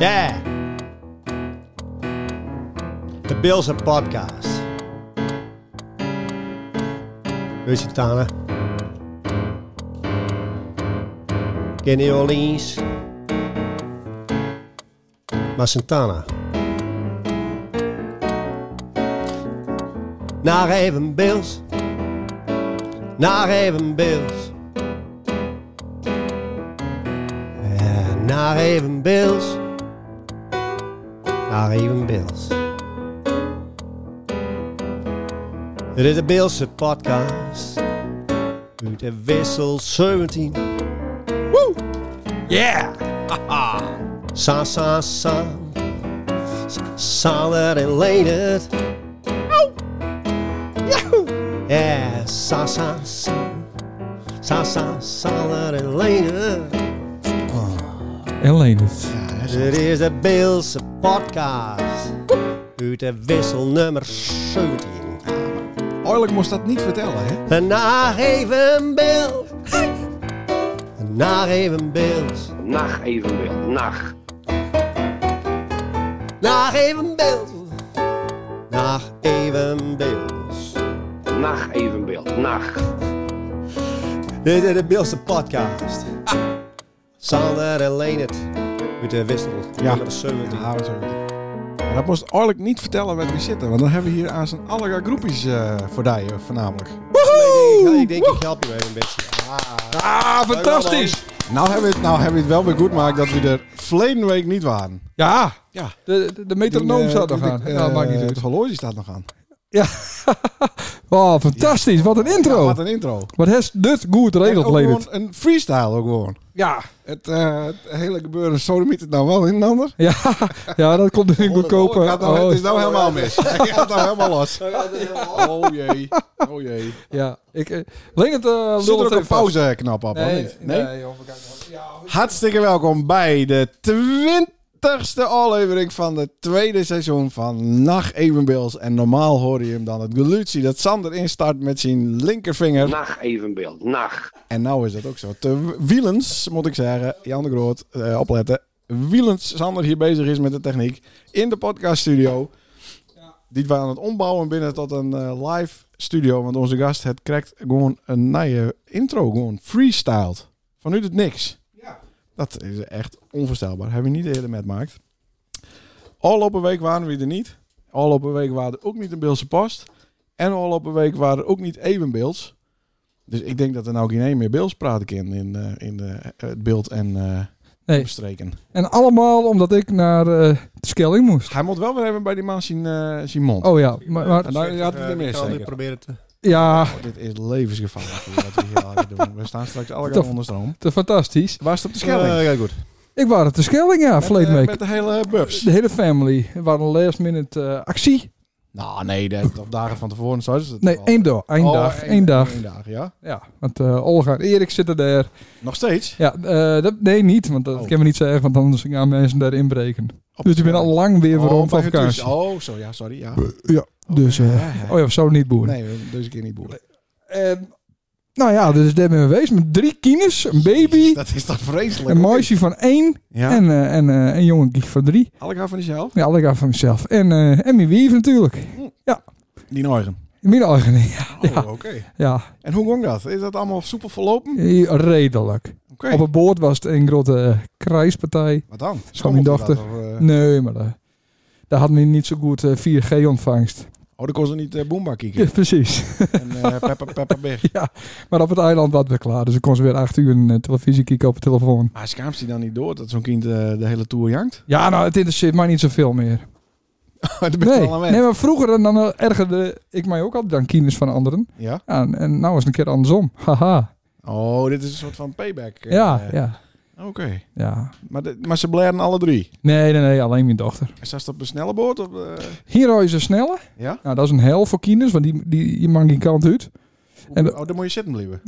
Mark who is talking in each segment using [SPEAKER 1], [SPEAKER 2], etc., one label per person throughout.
[SPEAKER 1] Yeah. The Bills and Podcast. Lusitana. Kenny Orleans. Masentana. Naar even Bills. Naar even Bills. Eh, Naar even Bills. Naar even Bills. Dit is de Beelse podcast. Uit de wissel 17. Woo! Yeah! Sa, sa, sa. Sa- Solid en later. Yeah, sa, sa, sa. Sa, sa, solid en later.
[SPEAKER 2] En Lenus.
[SPEAKER 1] Dit is de Beelse podcast. Uit de wissel nummer 17.
[SPEAKER 3] Oorlijk moest dat niet vertellen, hè?
[SPEAKER 1] Naar even beeld. Naar even beeld.
[SPEAKER 4] Nacht evenbeeld, nacht.
[SPEAKER 1] Naar even beeld. Naar even beeld.
[SPEAKER 4] Nacht evenbeeld, nacht.
[SPEAKER 1] Dit is de Beelse podcast. Sander en Leendert. Met de wissel.
[SPEAKER 3] Ja.
[SPEAKER 1] Nummer 17.
[SPEAKER 3] Ja, dat is ook. Maar dat moest Oorlijk niet vertellen waar we zitten, want dan hebben we hier aan zijn allerlei groepjes eh voor die, eh, voornamelijk.
[SPEAKER 1] Ik denk, ik, denk, ik help je even een beetje.
[SPEAKER 2] Ah, fantastisch!
[SPEAKER 3] Nou hebben we het, nou hebben we het wel weer goed gemaakt dat we er verleden week niet waren.
[SPEAKER 2] Ja,
[SPEAKER 3] Ja.
[SPEAKER 2] de, de, de metronoom
[SPEAKER 3] eh,
[SPEAKER 2] staat nog aan. nou, maakt niet
[SPEAKER 3] Het
[SPEAKER 2] uit.
[SPEAKER 3] horloge staat nog aan.
[SPEAKER 2] Ja. oh, fantastisch. Wat een
[SPEAKER 3] Ja,
[SPEAKER 2] intro.
[SPEAKER 3] wat een intro.
[SPEAKER 2] Wat has dit goed
[SPEAKER 3] En
[SPEAKER 2] regeld,
[SPEAKER 3] ook
[SPEAKER 2] Lenus.
[SPEAKER 3] gewoon een freestyle ook gewoon.
[SPEAKER 2] Ja.
[SPEAKER 3] Het, eh, het hele gebeuren sodomiet het nou wel in en ander.
[SPEAKER 2] ja. Ja, dat komt nu
[SPEAKER 3] Oh,
[SPEAKER 2] goedkoper.
[SPEAKER 3] het gaat nou-
[SPEAKER 2] Oh,
[SPEAKER 3] Het is nou helemaal mis. Het gaat nou helemaal los. Oh jee. Oh jee.
[SPEAKER 2] ja. Ik, eh, Lenert eh lult
[SPEAKER 3] Zit
[SPEAKER 2] het
[SPEAKER 3] er ook
[SPEAKER 2] even
[SPEAKER 3] een
[SPEAKER 2] vast.
[SPEAKER 3] pauze knap op,
[SPEAKER 2] Nee,
[SPEAKER 3] nee, niet? Nee?
[SPEAKER 2] joh, we gaan nog- ja, we-
[SPEAKER 3] Hartstikke welkom bij de twintigste aflevering van het tweede seizoen van Nacht Evenbeels. En normaal hoor je hem dan het gelutie dat Sander instart met zijn linkervinger.
[SPEAKER 4] Nacht evenbeeld, nacht.
[SPEAKER 3] En nou is dat ook zo. Te wielens, moet ik zeggen, Jan de Groot, eh, opletten. Wielens, Sander hier bezig is met de techniek in de podcaststudio. Die we aan het ombouwen binnen tot een eh, live studio. Want onze gast het krijgt gewoon een nieuwe intro. Gewoon freestyled. Vanuit het niks. Dat is echt onvoorstelbaar. Hebben we niet eerder met gemaakt. Afgelopen week waren we er niet. Afgelopen week waren er ook niet een Beelse post. En afgelopen week waren er ook niet even Beels. Dus ik denk dat er nou geen één meer Beels praten kan in, eh, in de, het beeld en eh
[SPEAKER 2] Nee.
[SPEAKER 3] omstreken.
[SPEAKER 2] En allemaal omdat ik naar eh, de Schelling moest.
[SPEAKER 3] Hij moet wel weer even bij die man zien, eh, zijn mond.
[SPEAKER 2] Oh ja, maar, maar-
[SPEAKER 1] Nou,
[SPEAKER 3] En daar had hij het
[SPEAKER 1] Ik
[SPEAKER 3] mis,
[SPEAKER 1] zal dit
[SPEAKER 3] zeker.
[SPEAKER 1] proberen te...
[SPEAKER 2] ja,
[SPEAKER 3] Oh, Dit is levensgevaarlijk wat we hier aan doen. We staan straks allemaal
[SPEAKER 2] Tof.
[SPEAKER 3] onder stroom.
[SPEAKER 2] te fantastisch.
[SPEAKER 3] Waar is het op de Schelling?
[SPEAKER 1] Eh, ja, goed.
[SPEAKER 2] Ik was het de Schelling, ja, verleden
[SPEAKER 3] Met, eh,
[SPEAKER 2] week.
[SPEAKER 3] met de hele bubs.
[SPEAKER 2] De hele family. We hadden een last minute eh, actie.
[SPEAKER 3] Nou nee, dat is op dagen van tevoren zouden ze het
[SPEAKER 2] Nee,
[SPEAKER 3] al.
[SPEAKER 2] één, dag, één
[SPEAKER 3] Oh,
[SPEAKER 2] dag.
[SPEAKER 3] één-
[SPEAKER 2] Één dag.
[SPEAKER 3] één dag, ja.
[SPEAKER 2] Ja, want eh, Olga en Erik zitten daar.
[SPEAKER 3] Nog steeds?
[SPEAKER 2] Ja, eh, dat, nee, niet. Want dat
[SPEAKER 3] Oh.
[SPEAKER 2] kunnen we niet zeggen, want anders gaan mensen daar inbreken.
[SPEAKER 3] Op-
[SPEAKER 2] Dus je bent al lang weer weer
[SPEAKER 3] Oh,
[SPEAKER 2] rond van
[SPEAKER 3] bij het
[SPEAKER 2] vakantie.
[SPEAKER 3] huis. Oh, zo ja, sorry. Ja.
[SPEAKER 2] Ja, dus... eh,
[SPEAKER 3] Oh. Ja, ja.
[SPEAKER 2] oh ja, we zouden niet boeren.
[SPEAKER 3] Nee, we- deze keer niet boeren.
[SPEAKER 2] En, nou ja, dus daar ben we geweest met drie kines, een baby,
[SPEAKER 3] Dat is toch vreselijk.
[SPEAKER 2] een meisje van één
[SPEAKER 3] Ja.
[SPEAKER 2] en, eh, en eh, een jongen van drie.
[SPEAKER 3] Alle gaan van jezelf.
[SPEAKER 2] Ja, alle gaan van mezelf. En, eh en mijn wief natuurlijk.
[SPEAKER 3] Die Neugen.
[SPEAKER 2] Mijn eigen, ja.
[SPEAKER 3] Oh, oké.
[SPEAKER 2] ja.
[SPEAKER 3] En hoe ging dat? Is dat allemaal soepel verlopen? Oké.
[SPEAKER 2] Redelijk. Op het boord was het een grote eh, kruispartij.
[SPEAKER 3] Wat dan?
[SPEAKER 2] Van mijn
[SPEAKER 3] Schommelde
[SPEAKER 2] dochter.
[SPEAKER 3] dat, of, eh,
[SPEAKER 2] Nee, maar daar, daar had men niet zo goed eh, 4G-ontvangst.
[SPEAKER 3] Oh, dan kon ze niet eh Boomba kieken.
[SPEAKER 2] Ja, precies.
[SPEAKER 3] En eh Peppa, Peppa Big.
[SPEAKER 2] ja. Maar op het eiland was het weer klaar. Dus ik kon ze weer acht uur een eh, televisie kijken op de telefoon.
[SPEAKER 3] Maar schaamt hij dan niet door dat zo'n kind eh, de hele tour jankt?
[SPEAKER 2] Ja, nou, het interesseert mij niet zoveel meer.
[SPEAKER 3] dat ben je
[SPEAKER 2] Nee,
[SPEAKER 3] al aan
[SPEAKER 2] nee, maar vroeger en dan eh, ergerde ik mij ook altijd aan kines van anderen.
[SPEAKER 3] Ja?
[SPEAKER 2] Ja, en, en nou is het een keer andersom. Haha.
[SPEAKER 3] Oh, dit is een soort van payback. eh,
[SPEAKER 2] Ja,
[SPEAKER 3] eh.
[SPEAKER 2] ja,
[SPEAKER 3] Oké.
[SPEAKER 2] ja.
[SPEAKER 3] Maar, dit- maar ze blaren alle drie.
[SPEAKER 2] Nee, nee, nee, alleen mijn dochter.
[SPEAKER 3] Is dat op een snelle boot? Of, eh,
[SPEAKER 2] Hier is een snelle.
[SPEAKER 3] Ja?
[SPEAKER 2] Nou, dat is een hel voor kines, want die, die, je mag geen kant uit. En de-
[SPEAKER 3] oh, dan moet je zitten blijven.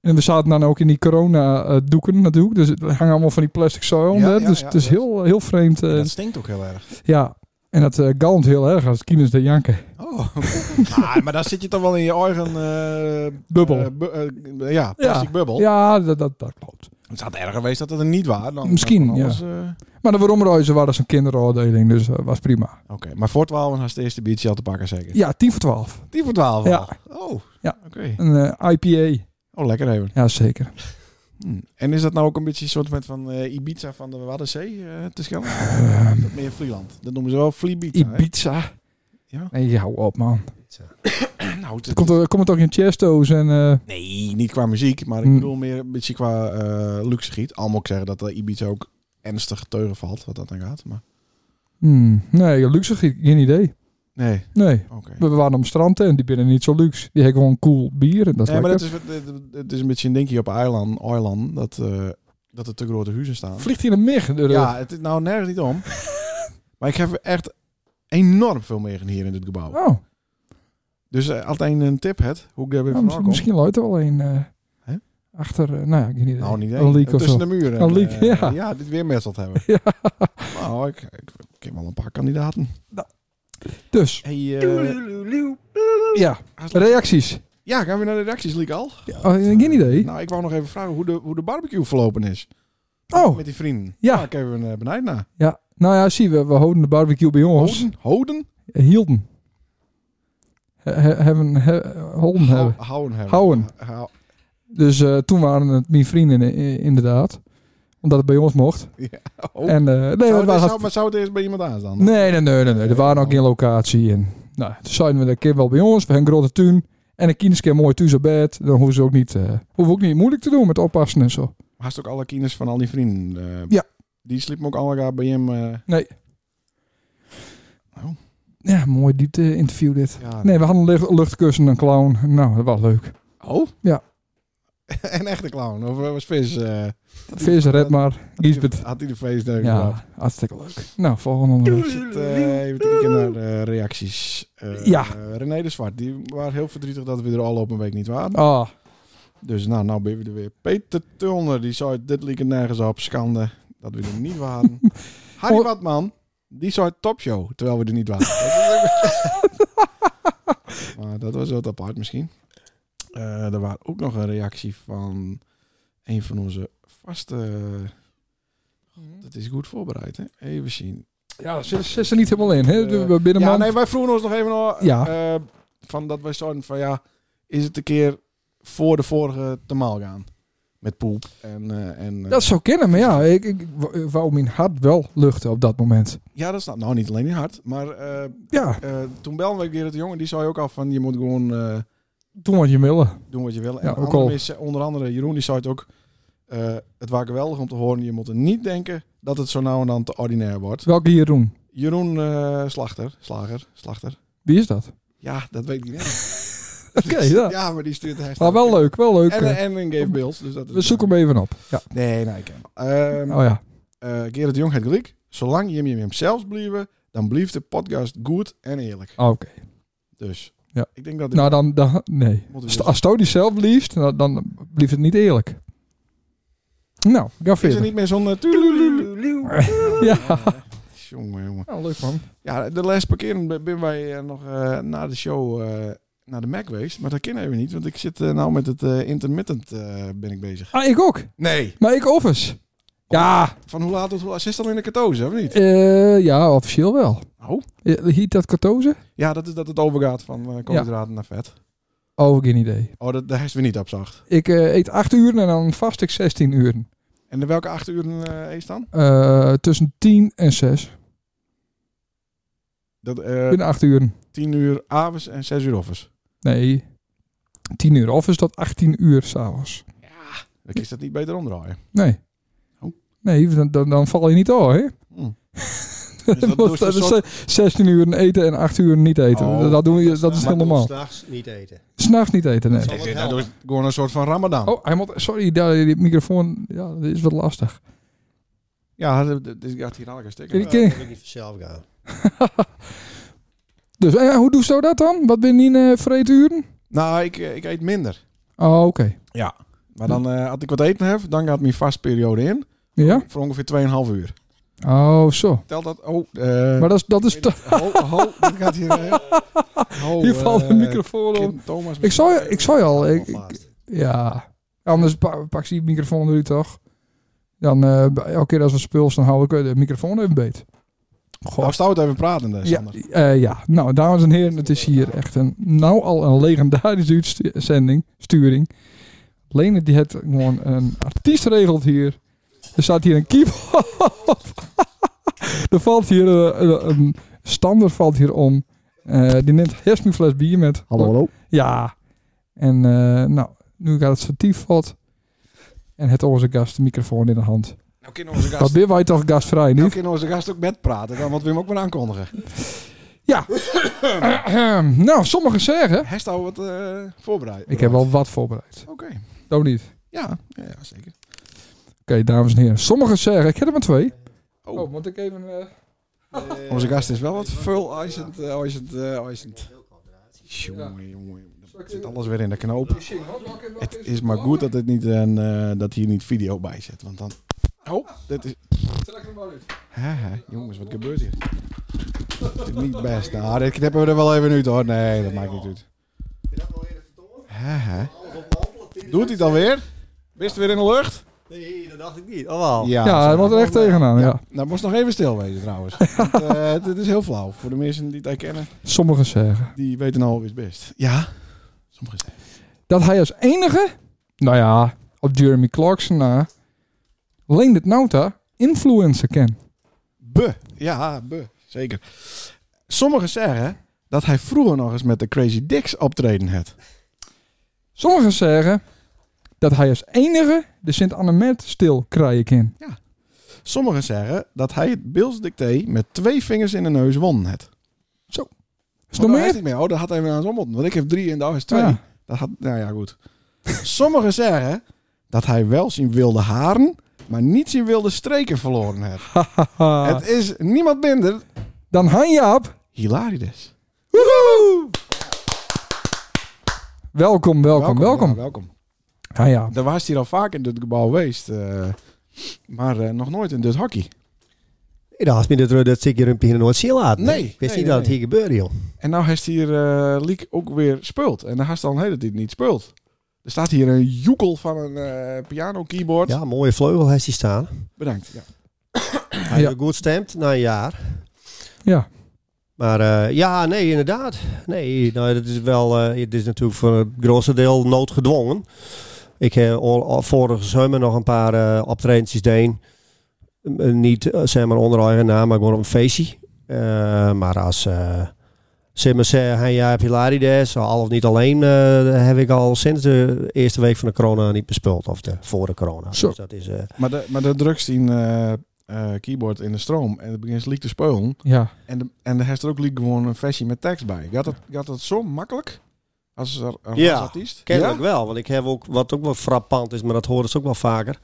[SPEAKER 2] En we zaten dan ook in die corona-doeken natuurlijk. Dus het hangen allemaal van die plastic zoil
[SPEAKER 3] Ja,
[SPEAKER 2] onder.
[SPEAKER 3] ja,
[SPEAKER 2] dus
[SPEAKER 3] ja,
[SPEAKER 2] het is
[SPEAKER 3] ja.
[SPEAKER 2] heel, heel vreemd. eh,
[SPEAKER 3] En dat stinkt ook heel erg.
[SPEAKER 2] ja. En dat eh galmt heel erg als kines de janken.
[SPEAKER 3] Oh. Ah, maar daar zit je toch wel in je eigen... eh,
[SPEAKER 2] Bubbel.
[SPEAKER 3] eh, bu- eh, ja, plastic bubbel.
[SPEAKER 2] Ja, dat, dat, dat klopt.
[SPEAKER 3] Het had erger geweest dat het er niet was. Dan,
[SPEAKER 2] Misschien,
[SPEAKER 3] dan
[SPEAKER 2] ja.
[SPEAKER 3] alles, eh,
[SPEAKER 2] Maar de Waromreizen waren zo'n kinderoordeling, dus dat was prima.
[SPEAKER 3] Oké, maar voor 12 was de eerste biertje al te pakken zeker?
[SPEAKER 2] Ja, 10 voor 12.
[SPEAKER 3] Die voor 12 al?
[SPEAKER 2] Ja.
[SPEAKER 3] Oh,
[SPEAKER 2] Ja.
[SPEAKER 3] oké.
[SPEAKER 2] Een eh, IPA.
[SPEAKER 3] Oh, lekker even.
[SPEAKER 2] Ja, zeker.
[SPEAKER 3] Hm. En is dat nou ook een beetje een soort met van eh, Ibiza van de Waddenzee eh, te schellen? Of is dat meer Vlieland? Dat noemen ze wel Vliebiza. hè?
[SPEAKER 2] Ehm. Ibiza.
[SPEAKER 3] Ja.
[SPEAKER 2] Nee, hou op, man.
[SPEAKER 3] Nou, het-
[SPEAKER 2] Het komt, er, komt het ook in Chesto's en... eh,
[SPEAKER 3] Nee, niet qua muziek, maar ik
[SPEAKER 2] Hm.
[SPEAKER 3] bedoel meer een beetje qua eh, luxe giet. Al moet ik zeggen dat de Ibiza ook ernstig teuren valt, wat dat dan gaat. Maar
[SPEAKER 2] hmm, nee, luxe, ge- geen idee.
[SPEAKER 3] nee,
[SPEAKER 2] Nee.
[SPEAKER 3] oké.
[SPEAKER 2] We waren om strand en die binnen niet zo luxe. Die hebben gewoon cool bier en dat is
[SPEAKER 3] Nee, maar
[SPEAKER 2] lekker.
[SPEAKER 3] het is, het- het is een beetje een dingetje op eiland, eiland dat, eh, dat er te grote huizen staan.
[SPEAKER 2] Vliegt hier een mig door de-
[SPEAKER 3] Ja, het is nou nergens niet om. maar ik heb echt enorm veel meegen hier in dit gebouw.
[SPEAKER 2] Oh,
[SPEAKER 3] Dus eh, altijd een tip het, hoe ik daar weer
[SPEAKER 2] nou,
[SPEAKER 3] vandaan
[SPEAKER 2] misschien,
[SPEAKER 3] kom.
[SPEAKER 2] misschien luidt er wel een eh,
[SPEAKER 3] Hè?
[SPEAKER 2] achter... eh, nou ja, geen idee.
[SPEAKER 3] Nou, niet
[SPEAKER 2] Een leak of
[SPEAKER 3] Tussen
[SPEAKER 2] zo.
[SPEAKER 3] de muren.
[SPEAKER 2] Een leak,
[SPEAKER 3] eh,
[SPEAKER 2] ja.
[SPEAKER 3] dit weer metseld hebben.
[SPEAKER 2] Ja.
[SPEAKER 3] Nou, ik, ik, ik heb wel een paar kandidaten.
[SPEAKER 2] Dus,
[SPEAKER 3] Hey, eh,
[SPEAKER 2] ja. Reacties.
[SPEAKER 3] ja, gaan we naar de reacties, Liek al?
[SPEAKER 2] Oh, geen idee.
[SPEAKER 3] Nou, ik wou nog even vragen hoe de, hoe de barbecue verlopen is.
[SPEAKER 2] Oh,
[SPEAKER 3] Met die vrienden.
[SPEAKER 2] Ja.
[SPEAKER 3] Nou, ik heb een eh benijd naar.
[SPEAKER 2] ja. Nou ja, zie, we, we houden de barbecue bij ons.
[SPEAKER 3] Houden? Houden?
[SPEAKER 2] Hielden. He- he- Hebben, he- holden hebben.
[SPEAKER 3] Hou- Houden hebben. Eh,
[SPEAKER 2] Houden.
[SPEAKER 3] Hou-
[SPEAKER 2] Dus eh, toen waren het mijn vrienden i- inderdaad. Omdat het bij ons mocht.
[SPEAKER 3] Ja. Oh.
[SPEAKER 2] En, eh, nee,
[SPEAKER 3] zou,
[SPEAKER 2] we
[SPEAKER 3] het, nou
[SPEAKER 2] waren-
[SPEAKER 3] zou, maar zou het eerst bij iemand aan staan?
[SPEAKER 2] nee, nee, nee, nee, nee. Er waren ook geen
[SPEAKER 3] Oh.
[SPEAKER 2] locatie. En, nou, toen zeiden we dat keer wel bij ons. We hebben een grote tuin. En een kinders keer mooi thuis op bed. Dan hoeven ze ook niet, eh, hoeven we ook niet moeilijk te doen met oppassen en zo.
[SPEAKER 3] Haast ook alle kinders van al die vrienden. eh,
[SPEAKER 2] Ja.
[SPEAKER 3] Die sliepen ook allemaal bij hem. eh,
[SPEAKER 2] Nee.
[SPEAKER 3] Oh.
[SPEAKER 2] Ja, mooi diepte interview dit.
[SPEAKER 3] ja.
[SPEAKER 2] Nee, we hadden een lucht- luchtkussen, een clown. Nou, dat was leuk.
[SPEAKER 3] Oh?
[SPEAKER 2] Ja.
[SPEAKER 3] een echte clown. Of eh, was vis? eh,
[SPEAKER 2] Vis, red maar. Giesbert.
[SPEAKER 3] had hij de feestneus gehad?
[SPEAKER 2] Ja, hartstikke leuk. Nou, volgende.
[SPEAKER 3] Ik
[SPEAKER 2] onderwerp.
[SPEAKER 3] zit, eh, even te kijken naar de reacties. Eh,
[SPEAKER 2] Ja.
[SPEAKER 3] eh, René de Zwart, die waren heel verdrietig dat we er al op een week niet waren.
[SPEAKER 2] Ah,
[SPEAKER 3] Dus nou, nou ben we er weer. Peter Tulner, die zei dit liep er nergens op. Schande dat we er niet waren. Harry
[SPEAKER 2] Oh.
[SPEAKER 3] Watman, die zei topshow, terwijl we er niet waren. Dat is ook- maar dat was wat apart misschien. Eh, er was ook nog een reactie van een van onze vaste... Dat is goed voorbereid, hè? Even zien.
[SPEAKER 2] ja, dat zit, zit er niet helemaal in. Hè? De- we binnen
[SPEAKER 3] Eh, ja,
[SPEAKER 2] maand-
[SPEAKER 3] nee, wij vroegen ons nog even al,
[SPEAKER 2] Ja.
[SPEAKER 3] eh, van dat wij zouden van ja, is het een keer voor de vorige te maal gaan met poep en eh, en eh,
[SPEAKER 2] Dat zou kennen, maar ja, ik, ik w- wou mijn hart wel luchten op dat moment.
[SPEAKER 3] ja, dat staat nou niet alleen in hart, maar eh,
[SPEAKER 2] Ja,
[SPEAKER 3] eh, toen belden we weer het jongen die zei ook al van je moet gewoon eh,
[SPEAKER 2] toen was je mille.
[SPEAKER 3] doen wat je wil. En
[SPEAKER 2] Ja, ook
[SPEAKER 3] andere
[SPEAKER 2] al.
[SPEAKER 3] mensen, onder andere Jeroen die zei het ook. eh, het was geweldig om te horen. Je moet er niet denken dat het zo nou en dan te ordinair wordt.
[SPEAKER 2] Welke Jeroen?
[SPEAKER 3] Jeroen eh, Slachter, Slager, Slachter.
[SPEAKER 2] Wie is dat?
[SPEAKER 3] Ja, dat weet ik niet.
[SPEAKER 2] Oké, ja.
[SPEAKER 3] Ja, maar die stuurt hij.
[SPEAKER 2] Maar Ah, wel leuk, wel leuk.
[SPEAKER 3] En,
[SPEAKER 2] Eh,
[SPEAKER 3] en een Gave Bills. Dus dat is
[SPEAKER 2] We zoeken hem even op. Ja.
[SPEAKER 3] Nee, nee, ik ken hem. Ehm,
[SPEAKER 2] Oh ja.
[SPEAKER 3] eh, Gerard de Jong het gelijk. Zolang je hem zelf blijven, dan blijft de podcast goed en eerlijk.
[SPEAKER 2] Ah, Oké.
[SPEAKER 3] Dus
[SPEAKER 2] Ja.
[SPEAKER 3] ik denk dat...
[SPEAKER 2] Nou dan, dan nee.
[SPEAKER 3] Moeten we
[SPEAKER 2] St-
[SPEAKER 3] dus-
[SPEAKER 2] Als Tony zelf liefst, dan, dan blieft het niet eerlijk. Nou, ga
[SPEAKER 3] is er
[SPEAKER 2] verder.
[SPEAKER 3] niet meer zo'n... eh, toedeloedeloe.
[SPEAKER 2] Ja.
[SPEAKER 3] Jongen, jongen.
[SPEAKER 2] Nou, leuk man.
[SPEAKER 3] Ja, de laatste paar keer ben wij eh, nog eh, na de show eh, naar de Mac geweest. Maar dat kennen we niet, want ik zit eh, nou met het eh, intermittent eh, ben ik bezig.
[SPEAKER 2] Ah, ik ook.
[SPEAKER 3] Nee.
[SPEAKER 2] Maar ik offers. Ja,
[SPEAKER 3] Van hoe laat tot hoe laat? Zit al in de katoze, of niet?
[SPEAKER 2] eh, ja, officieel wel.
[SPEAKER 3] Oh.
[SPEAKER 2] Eh, Heet dat katose?
[SPEAKER 3] Ja, dat is dat het overgaat van eh koolhydraten naar vet.
[SPEAKER 2] Oh, geen idee.
[SPEAKER 3] Oh, dat, daar is weer niet op zacht.
[SPEAKER 2] Ik eh, eet 8 uur en dan vast ik 16 uur.
[SPEAKER 3] En de welke acht uren eh is dan?
[SPEAKER 2] Eh, tussen 10 en 6.
[SPEAKER 3] Dat, eh
[SPEAKER 2] Binnen 8 uur.
[SPEAKER 3] 10 uur avonds en 6 uur offers.
[SPEAKER 2] Nee. 10 uur of is dat 18 uur s'avonds?
[SPEAKER 3] Dan kies dat niet beter omdraaien.
[SPEAKER 2] Nee.
[SPEAKER 3] Oh.
[SPEAKER 2] Nee, dan, dan, dan val je niet al, hè?
[SPEAKER 3] Hm.
[SPEAKER 2] dat
[SPEAKER 3] Dus doe je een
[SPEAKER 2] is
[SPEAKER 3] soort-
[SPEAKER 2] 16 uur eten en 8 uur niet eten.
[SPEAKER 3] Oh.
[SPEAKER 2] Dat- Dat, doen we, dat is
[SPEAKER 1] Maar
[SPEAKER 2] heel normaal.
[SPEAKER 1] s'nachts niet eten.
[SPEAKER 2] S'nachts niet eten, nee.
[SPEAKER 1] Dat zal
[SPEAKER 3] Ik zeg,
[SPEAKER 1] wel
[SPEAKER 3] nou, doe het gewoon een soort van ramadan.
[SPEAKER 2] Oh, hij moet, sorry, daar, die microfoon ja, dat is wat lastig.
[SPEAKER 3] Ja, dat- dat dat gaat hier elke stikken.
[SPEAKER 1] helpen.
[SPEAKER 2] Ken ik-
[SPEAKER 1] Nou,
[SPEAKER 2] ken-
[SPEAKER 1] dat wil ik niet vanzelf gaan.
[SPEAKER 2] Dus eh, hoe doe je dat dan? Wat ben je in eh, vreeduren?
[SPEAKER 3] Nou, ik, eh, ik eet minder.
[SPEAKER 2] Oh, oké.
[SPEAKER 3] Ja. Maar dan, eh, als ik wat eten heb, dan gaat mijn vastperiode in.
[SPEAKER 2] Ja?
[SPEAKER 3] Voor ongeveer 2,5 uur.
[SPEAKER 2] Oh, zo.
[SPEAKER 3] Tel dat... Oh, eh
[SPEAKER 2] Maar dat is... Dat is te-
[SPEAKER 3] ho, ho, dat gaat hier... eh, ho,
[SPEAKER 2] hier valt
[SPEAKER 3] eh,
[SPEAKER 2] de microfoon op.
[SPEAKER 3] kind Thomas. Oh,
[SPEAKER 2] Ik zou, je- ik zou je al... ik-
[SPEAKER 1] Alvast.
[SPEAKER 2] ja. Anders pa- pak ze die microfoon nu toch? Dan eh, bij- elke keer als we spul, dan hou ik eh, de microfoon even beet. Goh.
[SPEAKER 3] Nou, stout even praten, dus,
[SPEAKER 2] Ja,
[SPEAKER 3] Sander.
[SPEAKER 2] eh, ja, nou dames en heren, het is hier echt een, nou al een legendarische uitzending, sturing. Lene die heeft gewoon een artiest regelt hier. Er staat hier een keyboard. er valt hier eh, eh, een stander valt hier om. Eh, die neemt eerst mijn fles bier met.
[SPEAKER 3] Hallo, hallo.
[SPEAKER 2] Ja. En eh, nou, nu gaat het statief valt. En het onze gast de microfoon in de hand.
[SPEAKER 3] Nou kunnen onze
[SPEAKER 2] Wat
[SPEAKER 3] gast,
[SPEAKER 2] ben wij toch gastvrij
[SPEAKER 3] nou
[SPEAKER 2] niet?
[SPEAKER 3] kunnen onze gast ook met praten, dan, want we hem ook maar aankondigen.
[SPEAKER 2] nou, sommigen zeggen.
[SPEAKER 3] Hij staat wat eh voorbereid.
[SPEAKER 2] Ik heb wel wat voorbereid.
[SPEAKER 3] Oké.
[SPEAKER 2] Toch niet?
[SPEAKER 3] Ja, ja, ja, zeker.
[SPEAKER 2] Oké, dames en heren. Sommigen zeggen, ik heb er maar twee.
[SPEAKER 3] Oh.
[SPEAKER 2] moet ik even... eh,
[SPEAKER 3] Onze gast is wel wat veel ijzend, eh, ijzend, eh, ijzend. Jongen, jongen, dat zit alles weer in de knoop. Het is maar goed dat, het niet een, eh, dat hier niet video bij zit, want dan... Oh, dit is... Hè, hè, jongens, wat gebeurt hier? Dit is niet best. Nou, dit knippen we er wel even uit hoor. Nee, dat maakt niet uit. Hè, hè. Doet hij dan weer? Wist weer in de lucht?
[SPEAKER 1] Nee, dat dacht ik niet. Oh, wel.
[SPEAKER 2] Ja, hij
[SPEAKER 3] sorry.
[SPEAKER 2] was er echt tegenaan, ja.
[SPEAKER 3] Nou, moest nog even stil wezen trouwens. Want, eh, dit is heel flauw. Voor de mensen die het herkennen,
[SPEAKER 2] Sommigen zeggen
[SPEAKER 3] die weten al wie het best. Ja, sommigen zijn.
[SPEAKER 2] dat hij als enige, nou ja, op Jeremy Clarkson na, Leendert Nauta influencer ken.
[SPEAKER 3] Be. Ja, be. Zeker. Sommigen zeggen dat hij vroeger nog eens met de Crazy Dicks optreden had.
[SPEAKER 2] Sommigen zeggen dat hij als enige de Sint-Annemet stil krijgen kan.
[SPEAKER 3] Sommigen zeggen dat hij het Bills dicté met twee vingers in de neus won het.
[SPEAKER 2] Is er nog
[SPEAKER 3] Oh, daar
[SPEAKER 2] meer?
[SPEAKER 3] is niet meer. Oh, dat had hij weer aan zijn mond. Want ik heb drie en daar is twee.
[SPEAKER 2] Ja.
[SPEAKER 3] Dat had, nou ja, goed. Sommigen zeggen dat hij wel zijn wilde haren, maar niet zijn wilde streken verloren heeft.
[SPEAKER 2] Haha.
[SPEAKER 3] Het is niemand minder
[SPEAKER 2] Dan Han Jaap.
[SPEAKER 3] Hilarides.
[SPEAKER 2] Woehoe! Welkom, welkom, welkom.
[SPEAKER 3] Ja,
[SPEAKER 2] Han Jaap.
[SPEAKER 3] Er was hier al vaak in dit gebouw geweest, eh, maar eh, nog nooit in dit hockey.
[SPEAKER 1] Ik dacht niet dat we dat zeker een in nooit zien laten.
[SPEAKER 3] Nee,
[SPEAKER 1] Ik wist
[SPEAKER 3] nee,
[SPEAKER 1] niet dat het
[SPEAKER 3] nee.
[SPEAKER 1] hier gebeurde, joh.
[SPEAKER 3] En nou heeft hier eh Liek ook weer speeld. En daar heeft al een hele tijd niet speeld. Er staat hier een joekel van een eh, piano keyboard.
[SPEAKER 1] Ja, mooie vleugel heeft hij staan.
[SPEAKER 3] Bedankt. Ja.
[SPEAKER 1] Hij
[SPEAKER 2] Ja.
[SPEAKER 1] heeft goed stemt na een jaar.
[SPEAKER 2] Ja.
[SPEAKER 1] Maar eh, ja, nee, inderdaad. Nee, nou, dat is wel, eh, het is natuurlijk voor het grootste deel noodgedwongen. Ik heb al- al vorige zomer nog een paar eh optredens deed. Eh, Niet eh, zeg maar onder eigen naam, maar gewoon op een feestje. Eh, maar als eh zeg maar zeggen, hey, ja, heb je Hilarides, al of niet alleen, eh, heb ik al sinds de eerste week van de corona niet bespeeld. Of de voor de corona.
[SPEAKER 2] Zo.
[SPEAKER 1] Dus dat is, eh,
[SPEAKER 3] Maar de, maar de drugs die een eh, eh, keyboard in de stroom en het begint Liek te spelen.
[SPEAKER 2] Ja.
[SPEAKER 3] En, de, en er heeft er ook Liek gewoon een versie met tekst bij. Gaat dat, gaat dat zo makkelijk? Als, er, als
[SPEAKER 1] Ja,
[SPEAKER 3] artiest?
[SPEAKER 1] Kennelijk
[SPEAKER 3] Ja?
[SPEAKER 1] wel, want ik heb ook, wat ook wel frappant is, maar dat horen ze ook wel vaker,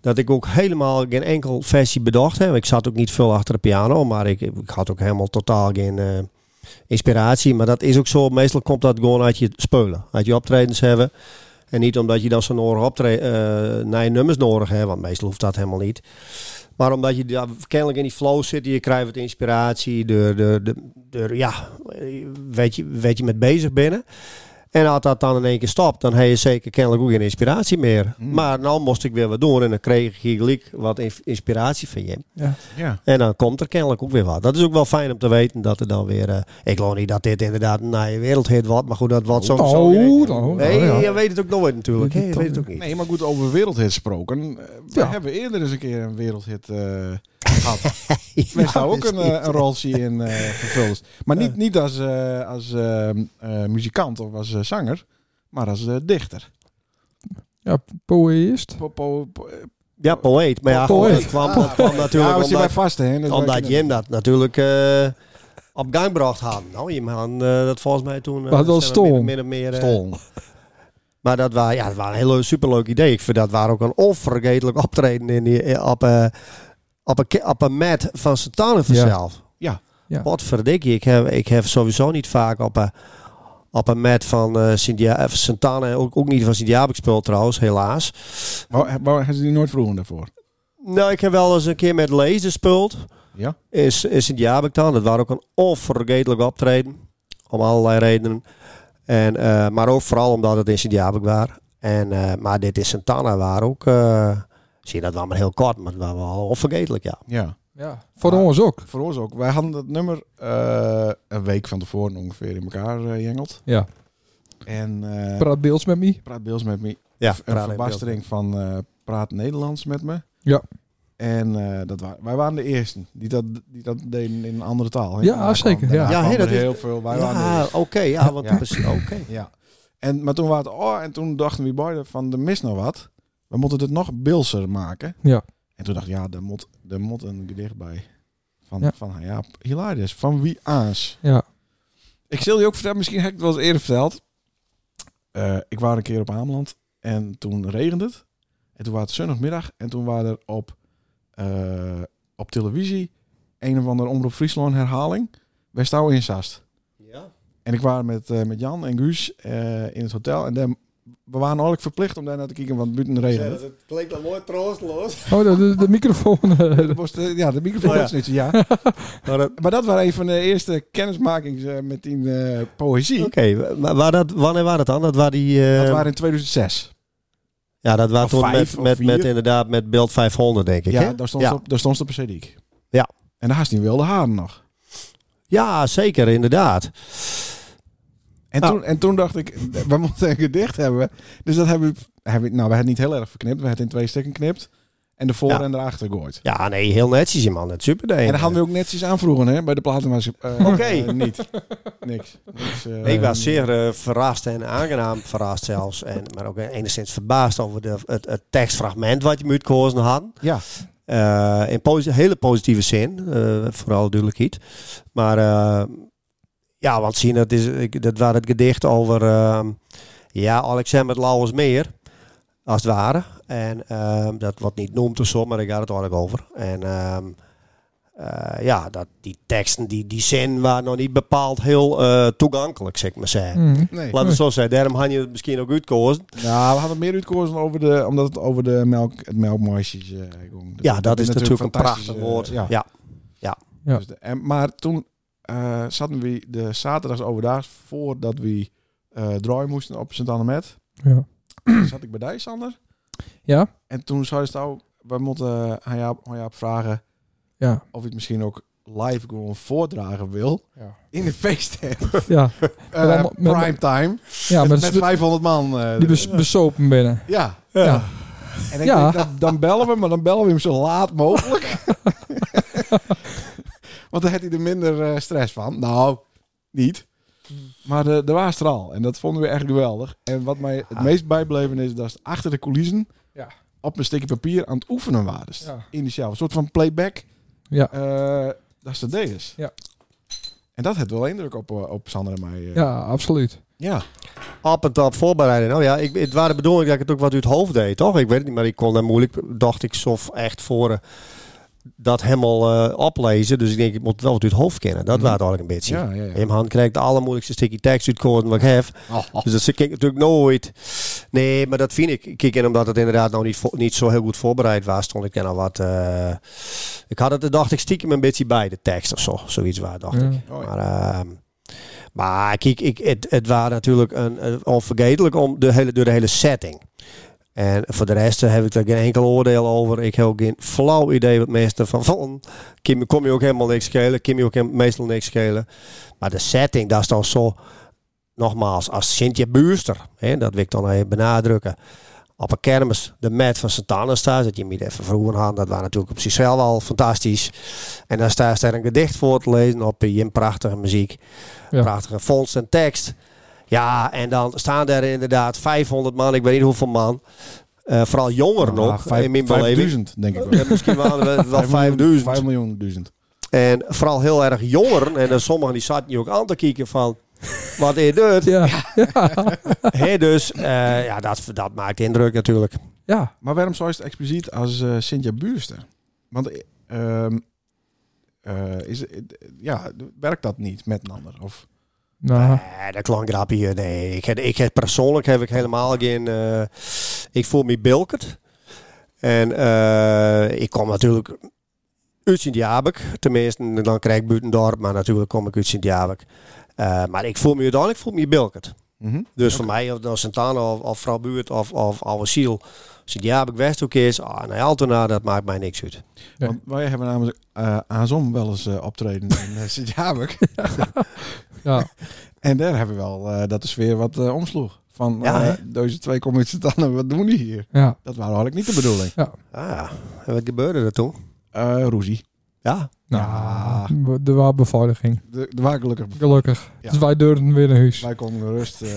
[SPEAKER 1] dat ik ook helemaal geen enkel versie bedacht heb. Ik zat ook niet veel achter de piano, maar ik, ik had ook helemaal totaal geen eh, inspiratie. Maar dat is ook zo, meestal komt dat gewoon uit je speulen, uit je optredens hebben. En niet omdat je dan zo'n oren optre- eh naar je nummers nodig hebt, want meestal hoeft dat helemaal niet. Maar omdat je daar kennelijk in die flow zit, je krijgt wat inspiratie, door, door, door, door- ja, eh, weet je, weet je met bezig binnen. En als dat dan in één keer stopt, dan heb je zeker kennelijk ook geen inspiratie meer.
[SPEAKER 3] Hmm.
[SPEAKER 1] Maar nou moest ik weer wat doen en dan kreeg ik hier gelijk wat inf- inspiratie van je.
[SPEAKER 3] Ja.
[SPEAKER 1] En dan komt er kennelijk ook weer wat. Dat is ook wel fijn om te weten dat er dan weer... eh, ik geloof niet dat dit inderdaad een naaie wereldhit wordt, maar goed, dat wordt soms zo.
[SPEAKER 2] Oh, dan.
[SPEAKER 1] Nee,
[SPEAKER 2] ja.
[SPEAKER 1] je weet het ook nooit natuurlijk.
[SPEAKER 2] Dit
[SPEAKER 1] hè, je
[SPEAKER 2] dan
[SPEAKER 1] weet het ook niet.
[SPEAKER 3] Nee, maar goed, over wereldhit gesproken. eh, we
[SPEAKER 2] Ja.
[SPEAKER 3] hebben eerder eens een keer een wereldhit eh, gehad. Wij staan
[SPEAKER 1] dus
[SPEAKER 3] ook een, eh, een roltje in eh vervuld. Maar niet, niet als, eh, als eh, eh, muzikant of als eh, zanger, maar als eh, dichter.
[SPEAKER 2] Poëist.
[SPEAKER 3] Po- po- po- eh,
[SPEAKER 1] Ja, poëet. Maar ja, goed,
[SPEAKER 2] Poëet.
[SPEAKER 1] dat kwam, dat kwam natuurlijk
[SPEAKER 3] ja, was je bij
[SPEAKER 1] omdat,
[SPEAKER 3] vast, hè? Dat wij
[SPEAKER 1] omdat
[SPEAKER 3] kunnen-
[SPEAKER 1] Jim dat natuurlijk... eh, op gang bracht had. Nou, Jim had eh, dat volgens mij toen... eh,
[SPEAKER 2] Maar het was
[SPEAKER 1] zijn we
[SPEAKER 2] stom.
[SPEAKER 1] Min of meer, eh,
[SPEAKER 3] Stol.
[SPEAKER 1] Maar dat was, ja, dat was een heel superleuk idee. Ik vind dat waar ook een onvergetelijk optreden in die, eh, op, eh, op, een, ki- op een mat van Satanen vanzelf.
[SPEAKER 3] Ja.
[SPEAKER 2] Ja.
[SPEAKER 1] Wat verdikkie. Ik heb, ik heb sowieso niet vaak op een, op een mat van eh Sint Ja- eh, Santana, ook, ook niet van Sint-Jaap gespeeld trouwens, helaas.
[SPEAKER 3] Maar, maar hebben ze die nooit vroegen daarvoor?
[SPEAKER 1] Nou, ik heb wel eens een keer met Lees gespeeld.
[SPEAKER 3] Ja?
[SPEAKER 1] in, S- in Sint-Jabek dan. Dat waren ook een onvergetelijk optreden. Om allerlei redenen. En, eh, maar ook vooral omdat het in Sint-Jabek was. En, eh, maar dit is Santana waar ook... eh, Zie je dat wel maar heel kort, maar het was wel onvergetelijk, ja.
[SPEAKER 3] Ja.
[SPEAKER 2] Ja. Voor ons ook.
[SPEAKER 3] Voor ons ook. Wij hadden dat nummer eh, een week van tevoren ongeveer in elkaar eh, jengeld.
[SPEAKER 2] Ja.
[SPEAKER 3] En eh,
[SPEAKER 2] Praat beelds met me.
[SPEAKER 3] praat Beels met me.
[SPEAKER 1] Ja,
[SPEAKER 3] een verbastering van eh, Praat Nederlands met me.
[SPEAKER 2] Ja.
[SPEAKER 3] En eh, dat wa wij waren de eersten die dat, die dat deden in een andere taal. hè?
[SPEAKER 2] Ja,
[SPEAKER 3] Daarna kwam-
[SPEAKER 2] zeker, ja.
[SPEAKER 3] daarna
[SPEAKER 1] Ja,
[SPEAKER 3] kwam
[SPEAKER 1] hè, dat
[SPEAKER 3] er
[SPEAKER 1] is-
[SPEAKER 3] heel veel. Wij waren de
[SPEAKER 1] Ja,
[SPEAKER 3] eersten.
[SPEAKER 1] oké, ja, want
[SPEAKER 3] Ja.
[SPEAKER 1] precies, oké.
[SPEAKER 3] Ja. En, maar toen waren het, oh, en toen dachten we beiden van, er mist nog wat. We moeten het nog bilser maken.
[SPEAKER 2] Ja.
[SPEAKER 3] En toen dacht ik, ja, daar moet, daar moet een gedicht bij. Van,
[SPEAKER 2] Ja.
[SPEAKER 3] van ja, Hilarius, van wie aans.
[SPEAKER 2] Ja.
[SPEAKER 3] Ik zal je ook vertellen, misschien heb ik het wel eens eerder verteld. Eh, ik was een keer op Ameland en toen regende het. En toen was het zondagmiddag en toen waren er op, eh, op televisie een of andere Omroep Friesland herhaling. Wij staan in Sast. En ik was met, eh, met Jan en Guus eh, in het hotel. En daar- we waren eigenlijk verplicht om daar naar te kijken, want buiten regen. het.
[SPEAKER 1] het klinkt dan mooi troostloos.
[SPEAKER 2] Oh, de, de, de microfoon. eh,
[SPEAKER 3] Dat was de- ja, de microfoon
[SPEAKER 1] Oh ja.
[SPEAKER 3] was niet zo, ja.
[SPEAKER 1] Maar dat-
[SPEAKER 3] Maar dat waren een van de eerste kennismakings eh, met die eh, poëzie.
[SPEAKER 1] Oké, wa- waar dat, wanneer waren dat dan? Dat waren die... eh,
[SPEAKER 3] Dat waren in 2006.
[SPEAKER 1] ja, dat waren
[SPEAKER 3] of
[SPEAKER 1] toen
[SPEAKER 3] vijf
[SPEAKER 1] met,
[SPEAKER 3] of
[SPEAKER 1] met, met
[SPEAKER 3] vier.
[SPEAKER 1] inderdaad met beeld 500, denk ik, hè?
[SPEAKER 3] ja, daar stond,
[SPEAKER 1] Ja.
[SPEAKER 3] Op, daar stond ze op een CD.
[SPEAKER 1] Ja.
[SPEAKER 3] En daar had hij wilde haren nog.
[SPEAKER 1] Ja, zeker, inderdaad.
[SPEAKER 3] En,
[SPEAKER 1] Nou.
[SPEAKER 3] toen, en toen dacht ik, we moeten een gedicht hebben. Dus dat hebben we, hebben we- nou, we hebben het niet heel erg verknipt. We hebben het in twee stukken geknipt. En de voor-
[SPEAKER 1] Ja.
[SPEAKER 3] en erachter gegooid.
[SPEAKER 1] Ja, nee, heel netjes, man. Het super
[SPEAKER 3] En daar hadden we ook netjes aanvroegen, hè? Bij de platen was Oké.
[SPEAKER 1] Oké.
[SPEAKER 3] eh, niet. Niks. Niks, eh,
[SPEAKER 1] Ik was zeer eh, verrast en aangenaam verrast zelfs. En, maar ook eh, enigszins verbaasd over de, het, het tekstfragment wat je me uitgekozen had.
[SPEAKER 3] Ja.
[SPEAKER 1] Eh, in posi- hele positieve zin, eh, vooral duidelijk niet. Maar eh, ja, want zien, dat, is, ik, dat was het gedicht over ehm, ja, Alexander Lauwersmeer, als het ware. En ehm, dat wordt niet noemd of zo, maar daar gaat het eigenlijk over. En ehm, eh, ja, dat, die teksten, die, die zin, waren nog niet bepaald heel eh, toegankelijk, zeg maar zeggen.
[SPEAKER 2] mm.
[SPEAKER 3] Nee.
[SPEAKER 1] Laten we het zo zeggen, daarom had je het misschien ook uitkozen.
[SPEAKER 3] Nou, we hadden meer uitkozen over de, omdat het over de melk, het melkmoisjes eh, ging.
[SPEAKER 1] Ja, dat is natuurlijk een
[SPEAKER 3] fantastisch,
[SPEAKER 1] prachtig
[SPEAKER 3] eh,
[SPEAKER 1] woord.
[SPEAKER 3] ja.
[SPEAKER 1] ja.
[SPEAKER 2] Ja.
[SPEAKER 3] Dus de- en, maar toen eh, zaten we de zaterdags overdag, voordat we eh draaien moesten op sint anne met
[SPEAKER 2] ja.
[SPEAKER 3] zat ik bij Dijsander.
[SPEAKER 2] Ja?
[SPEAKER 3] En toen zei ze nou, we moeten eh, aan jou, aan jou vragen
[SPEAKER 2] Ja.
[SPEAKER 3] of ik het misschien ook live gewoon voordragen wil.
[SPEAKER 2] Ja.
[SPEAKER 3] In de feesttent.
[SPEAKER 2] Ja.
[SPEAKER 3] Eh,
[SPEAKER 2] met- met-
[SPEAKER 3] primetime.
[SPEAKER 2] Ja, maar dat
[SPEAKER 3] met, met
[SPEAKER 2] is
[SPEAKER 3] 500 man. eh,
[SPEAKER 2] die bes- besopen binnen.
[SPEAKER 3] ja.
[SPEAKER 2] Ja.
[SPEAKER 3] En ik
[SPEAKER 2] Ja.
[SPEAKER 3] denk, dan, dan bellen we hem, maar dan bellen we hem zo laat mogelijk. Want dan had hij er minder eh, stress van. Nou, niet. Maar de, de was er al. En dat vonden we echt geweldig. En wat mij het
[SPEAKER 1] Ja.
[SPEAKER 3] meest bijbleven is, dat ze achter de coulissen
[SPEAKER 2] Ah. Ja.
[SPEAKER 3] op een stukje papier aan het oefenen waren. Dus
[SPEAKER 2] Ja.
[SPEAKER 3] In de show. Een soort van playback.
[SPEAKER 2] Ja.
[SPEAKER 3] eh, dat ze dat deden.
[SPEAKER 2] Ja.
[SPEAKER 3] En dat had wel indruk op, eh, op Sander en mij. eh.
[SPEAKER 2] Ja, absoluut.
[SPEAKER 3] ja.
[SPEAKER 1] op en top voorbereiden. Nou ja, ik, het waren de bedoeling dat ik het ook wat uit het hoofd deed, toch? Ik weet het niet, maar ik kon daar moeilijk, dacht ik, zo echt voor eh, dat helemaal eh, oplezen. Dus ik denk, ik moet wel wat uit het hoofd kennen. Dat
[SPEAKER 3] Mhm.
[SPEAKER 1] waren het eigenlijk een beetje.
[SPEAKER 3] Ja, ja, ja.
[SPEAKER 1] In mijn hand krijg ik de allermoeilijkste stukje tekst uitkozen wat ik heb.
[SPEAKER 3] Oh, oh.
[SPEAKER 1] Dus dat ik natuurlijk nooit. Nee, maar dat vind ik. Kijk, en omdat het inderdaad nog niet, vo- niet zo heel goed voorbereid was, stond ik er nou wat... eh, ik had het, er, dacht ik, stiekem een beetje bij, de tekst of zo. Zoiets waar, dacht
[SPEAKER 2] Ja.
[SPEAKER 1] ik.
[SPEAKER 3] Oh, ja.
[SPEAKER 1] Maar, ehm, maar kijk, ik, het, het was natuurlijk een, een onvergetelijk om de hele, door de hele setting. En voor de rest eh, heb ik daar geen enkel oordeel over. Ik heb ook geen flauw idee wat meestal van vonden. Kim, kom je ook helemaal niks schelen. Kim je ook hem- meestal niks schelen. Maar de setting, dat is dan zo... Nogmaals, als Sintje Buurster, hè, dat wil ik dan even benadrukken. Op een kermis, de mat van Sint Anna staat, dat je niet even vroeger had. Dat was natuurlijk op zichzelf al fantastisch. En dan staat ze daar een gedicht voor te lezen op eh, Jim prachtige muziek.
[SPEAKER 2] Ja.
[SPEAKER 1] Prachtige vondst en tekst. Ja, en dan staan er inderdaad 500 man, ik weet niet hoeveel man. Eh, vooral jonger
[SPEAKER 3] Ah,
[SPEAKER 1] nog,
[SPEAKER 2] eh,
[SPEAKER 3] vijf-
[SPEAKER 1] in mijn beleving.
[SPEAKER 3] 5000, denk ik wel.
[SPEAKER 1] Ja, misschien waren we wel
[SPEAKER 3] 5
[SPEAKER 1] 5000.
[SPEAKER 3] miljoen duizend.
[SPEAKER 1] En vooral heel erg jongeren. En dan sommigen die zaten hier ook aan te kijken van... Wat is dit?
[SPEAKER 2] Ja.
[SPEAKER 1] Hè, dus eh, ja, dat, dat maakt indruk natuurlijk.
[SPEAKER 2] Ja.
[SPEAKER 3] Maar waarom zou je het expliciet als eh Sintja Buurster? Want eh, ehm, eh, is, eh, ja, werkt dat niet met een ander? Of,
[SPEAKER 2] Nou.
[SPEAKER 1] Nee, Eh, dat klonk grapje. Nee, ik, heb- ik, heb- persoonlijk heb ik helemaal geen... eh, ik voel me bilkerd. En eh, ik kom natuurlijk uit Sint-Jabek. Tenminste, dan krijg ik Buitendorp. Maar natuurlijk kom ik uit Sint-Jabek. Eh, maar ik voel me
[SPEAKER 3] Mhm.
[SPEAKER 1] uiteindelijk voel me bilkerd. Dus voor mij, of dan Santana of, of Vrouw Buurt of, of Oude Ziel, Als het Jaap Westhoek is, ah, nee, Altena, dat maakt mij niks uit.
[SPEAKER 2] Ja.
[SPEAKER 3] Want wij hebben namelijk eh Azom wel eens eh, optreden in eh, Sint-Jabek.
[SPEAKER 2] Ja.
[SPEAKER 3] en daar hebben we wel eh, dat de sfeer wat eh, omsloeg. Van
[SPEAKER 1] Ja,
[SPEAKER 3] eh,
[SPEAKER 1] hè?
[SPEAKER 3] deze twee commutanten, wat doen die hier?
[SPEAKER 2] ja.
[SPEAKER 3] Dat waren eigenlijk niet de bedoeling.
[SPEAKER 1] Ah, en wat gebeurde er toen?
[SPEAKER 3] Eh Roezie.
[SPEAKER 1] Ja,
[SPEAKER 3] Ja.
[SPEAKER 2] Nou, we- er was beveiliging.
[SPEAKER 3] De, de waar gelukkig.
[SPEAKER 2] Gelukkig.
[SPEAKER 3] Ja.
[SPEAKER 2] Dus wij deurden weer naar huis.
[SPEAKER 3] Wij konden gerust eh,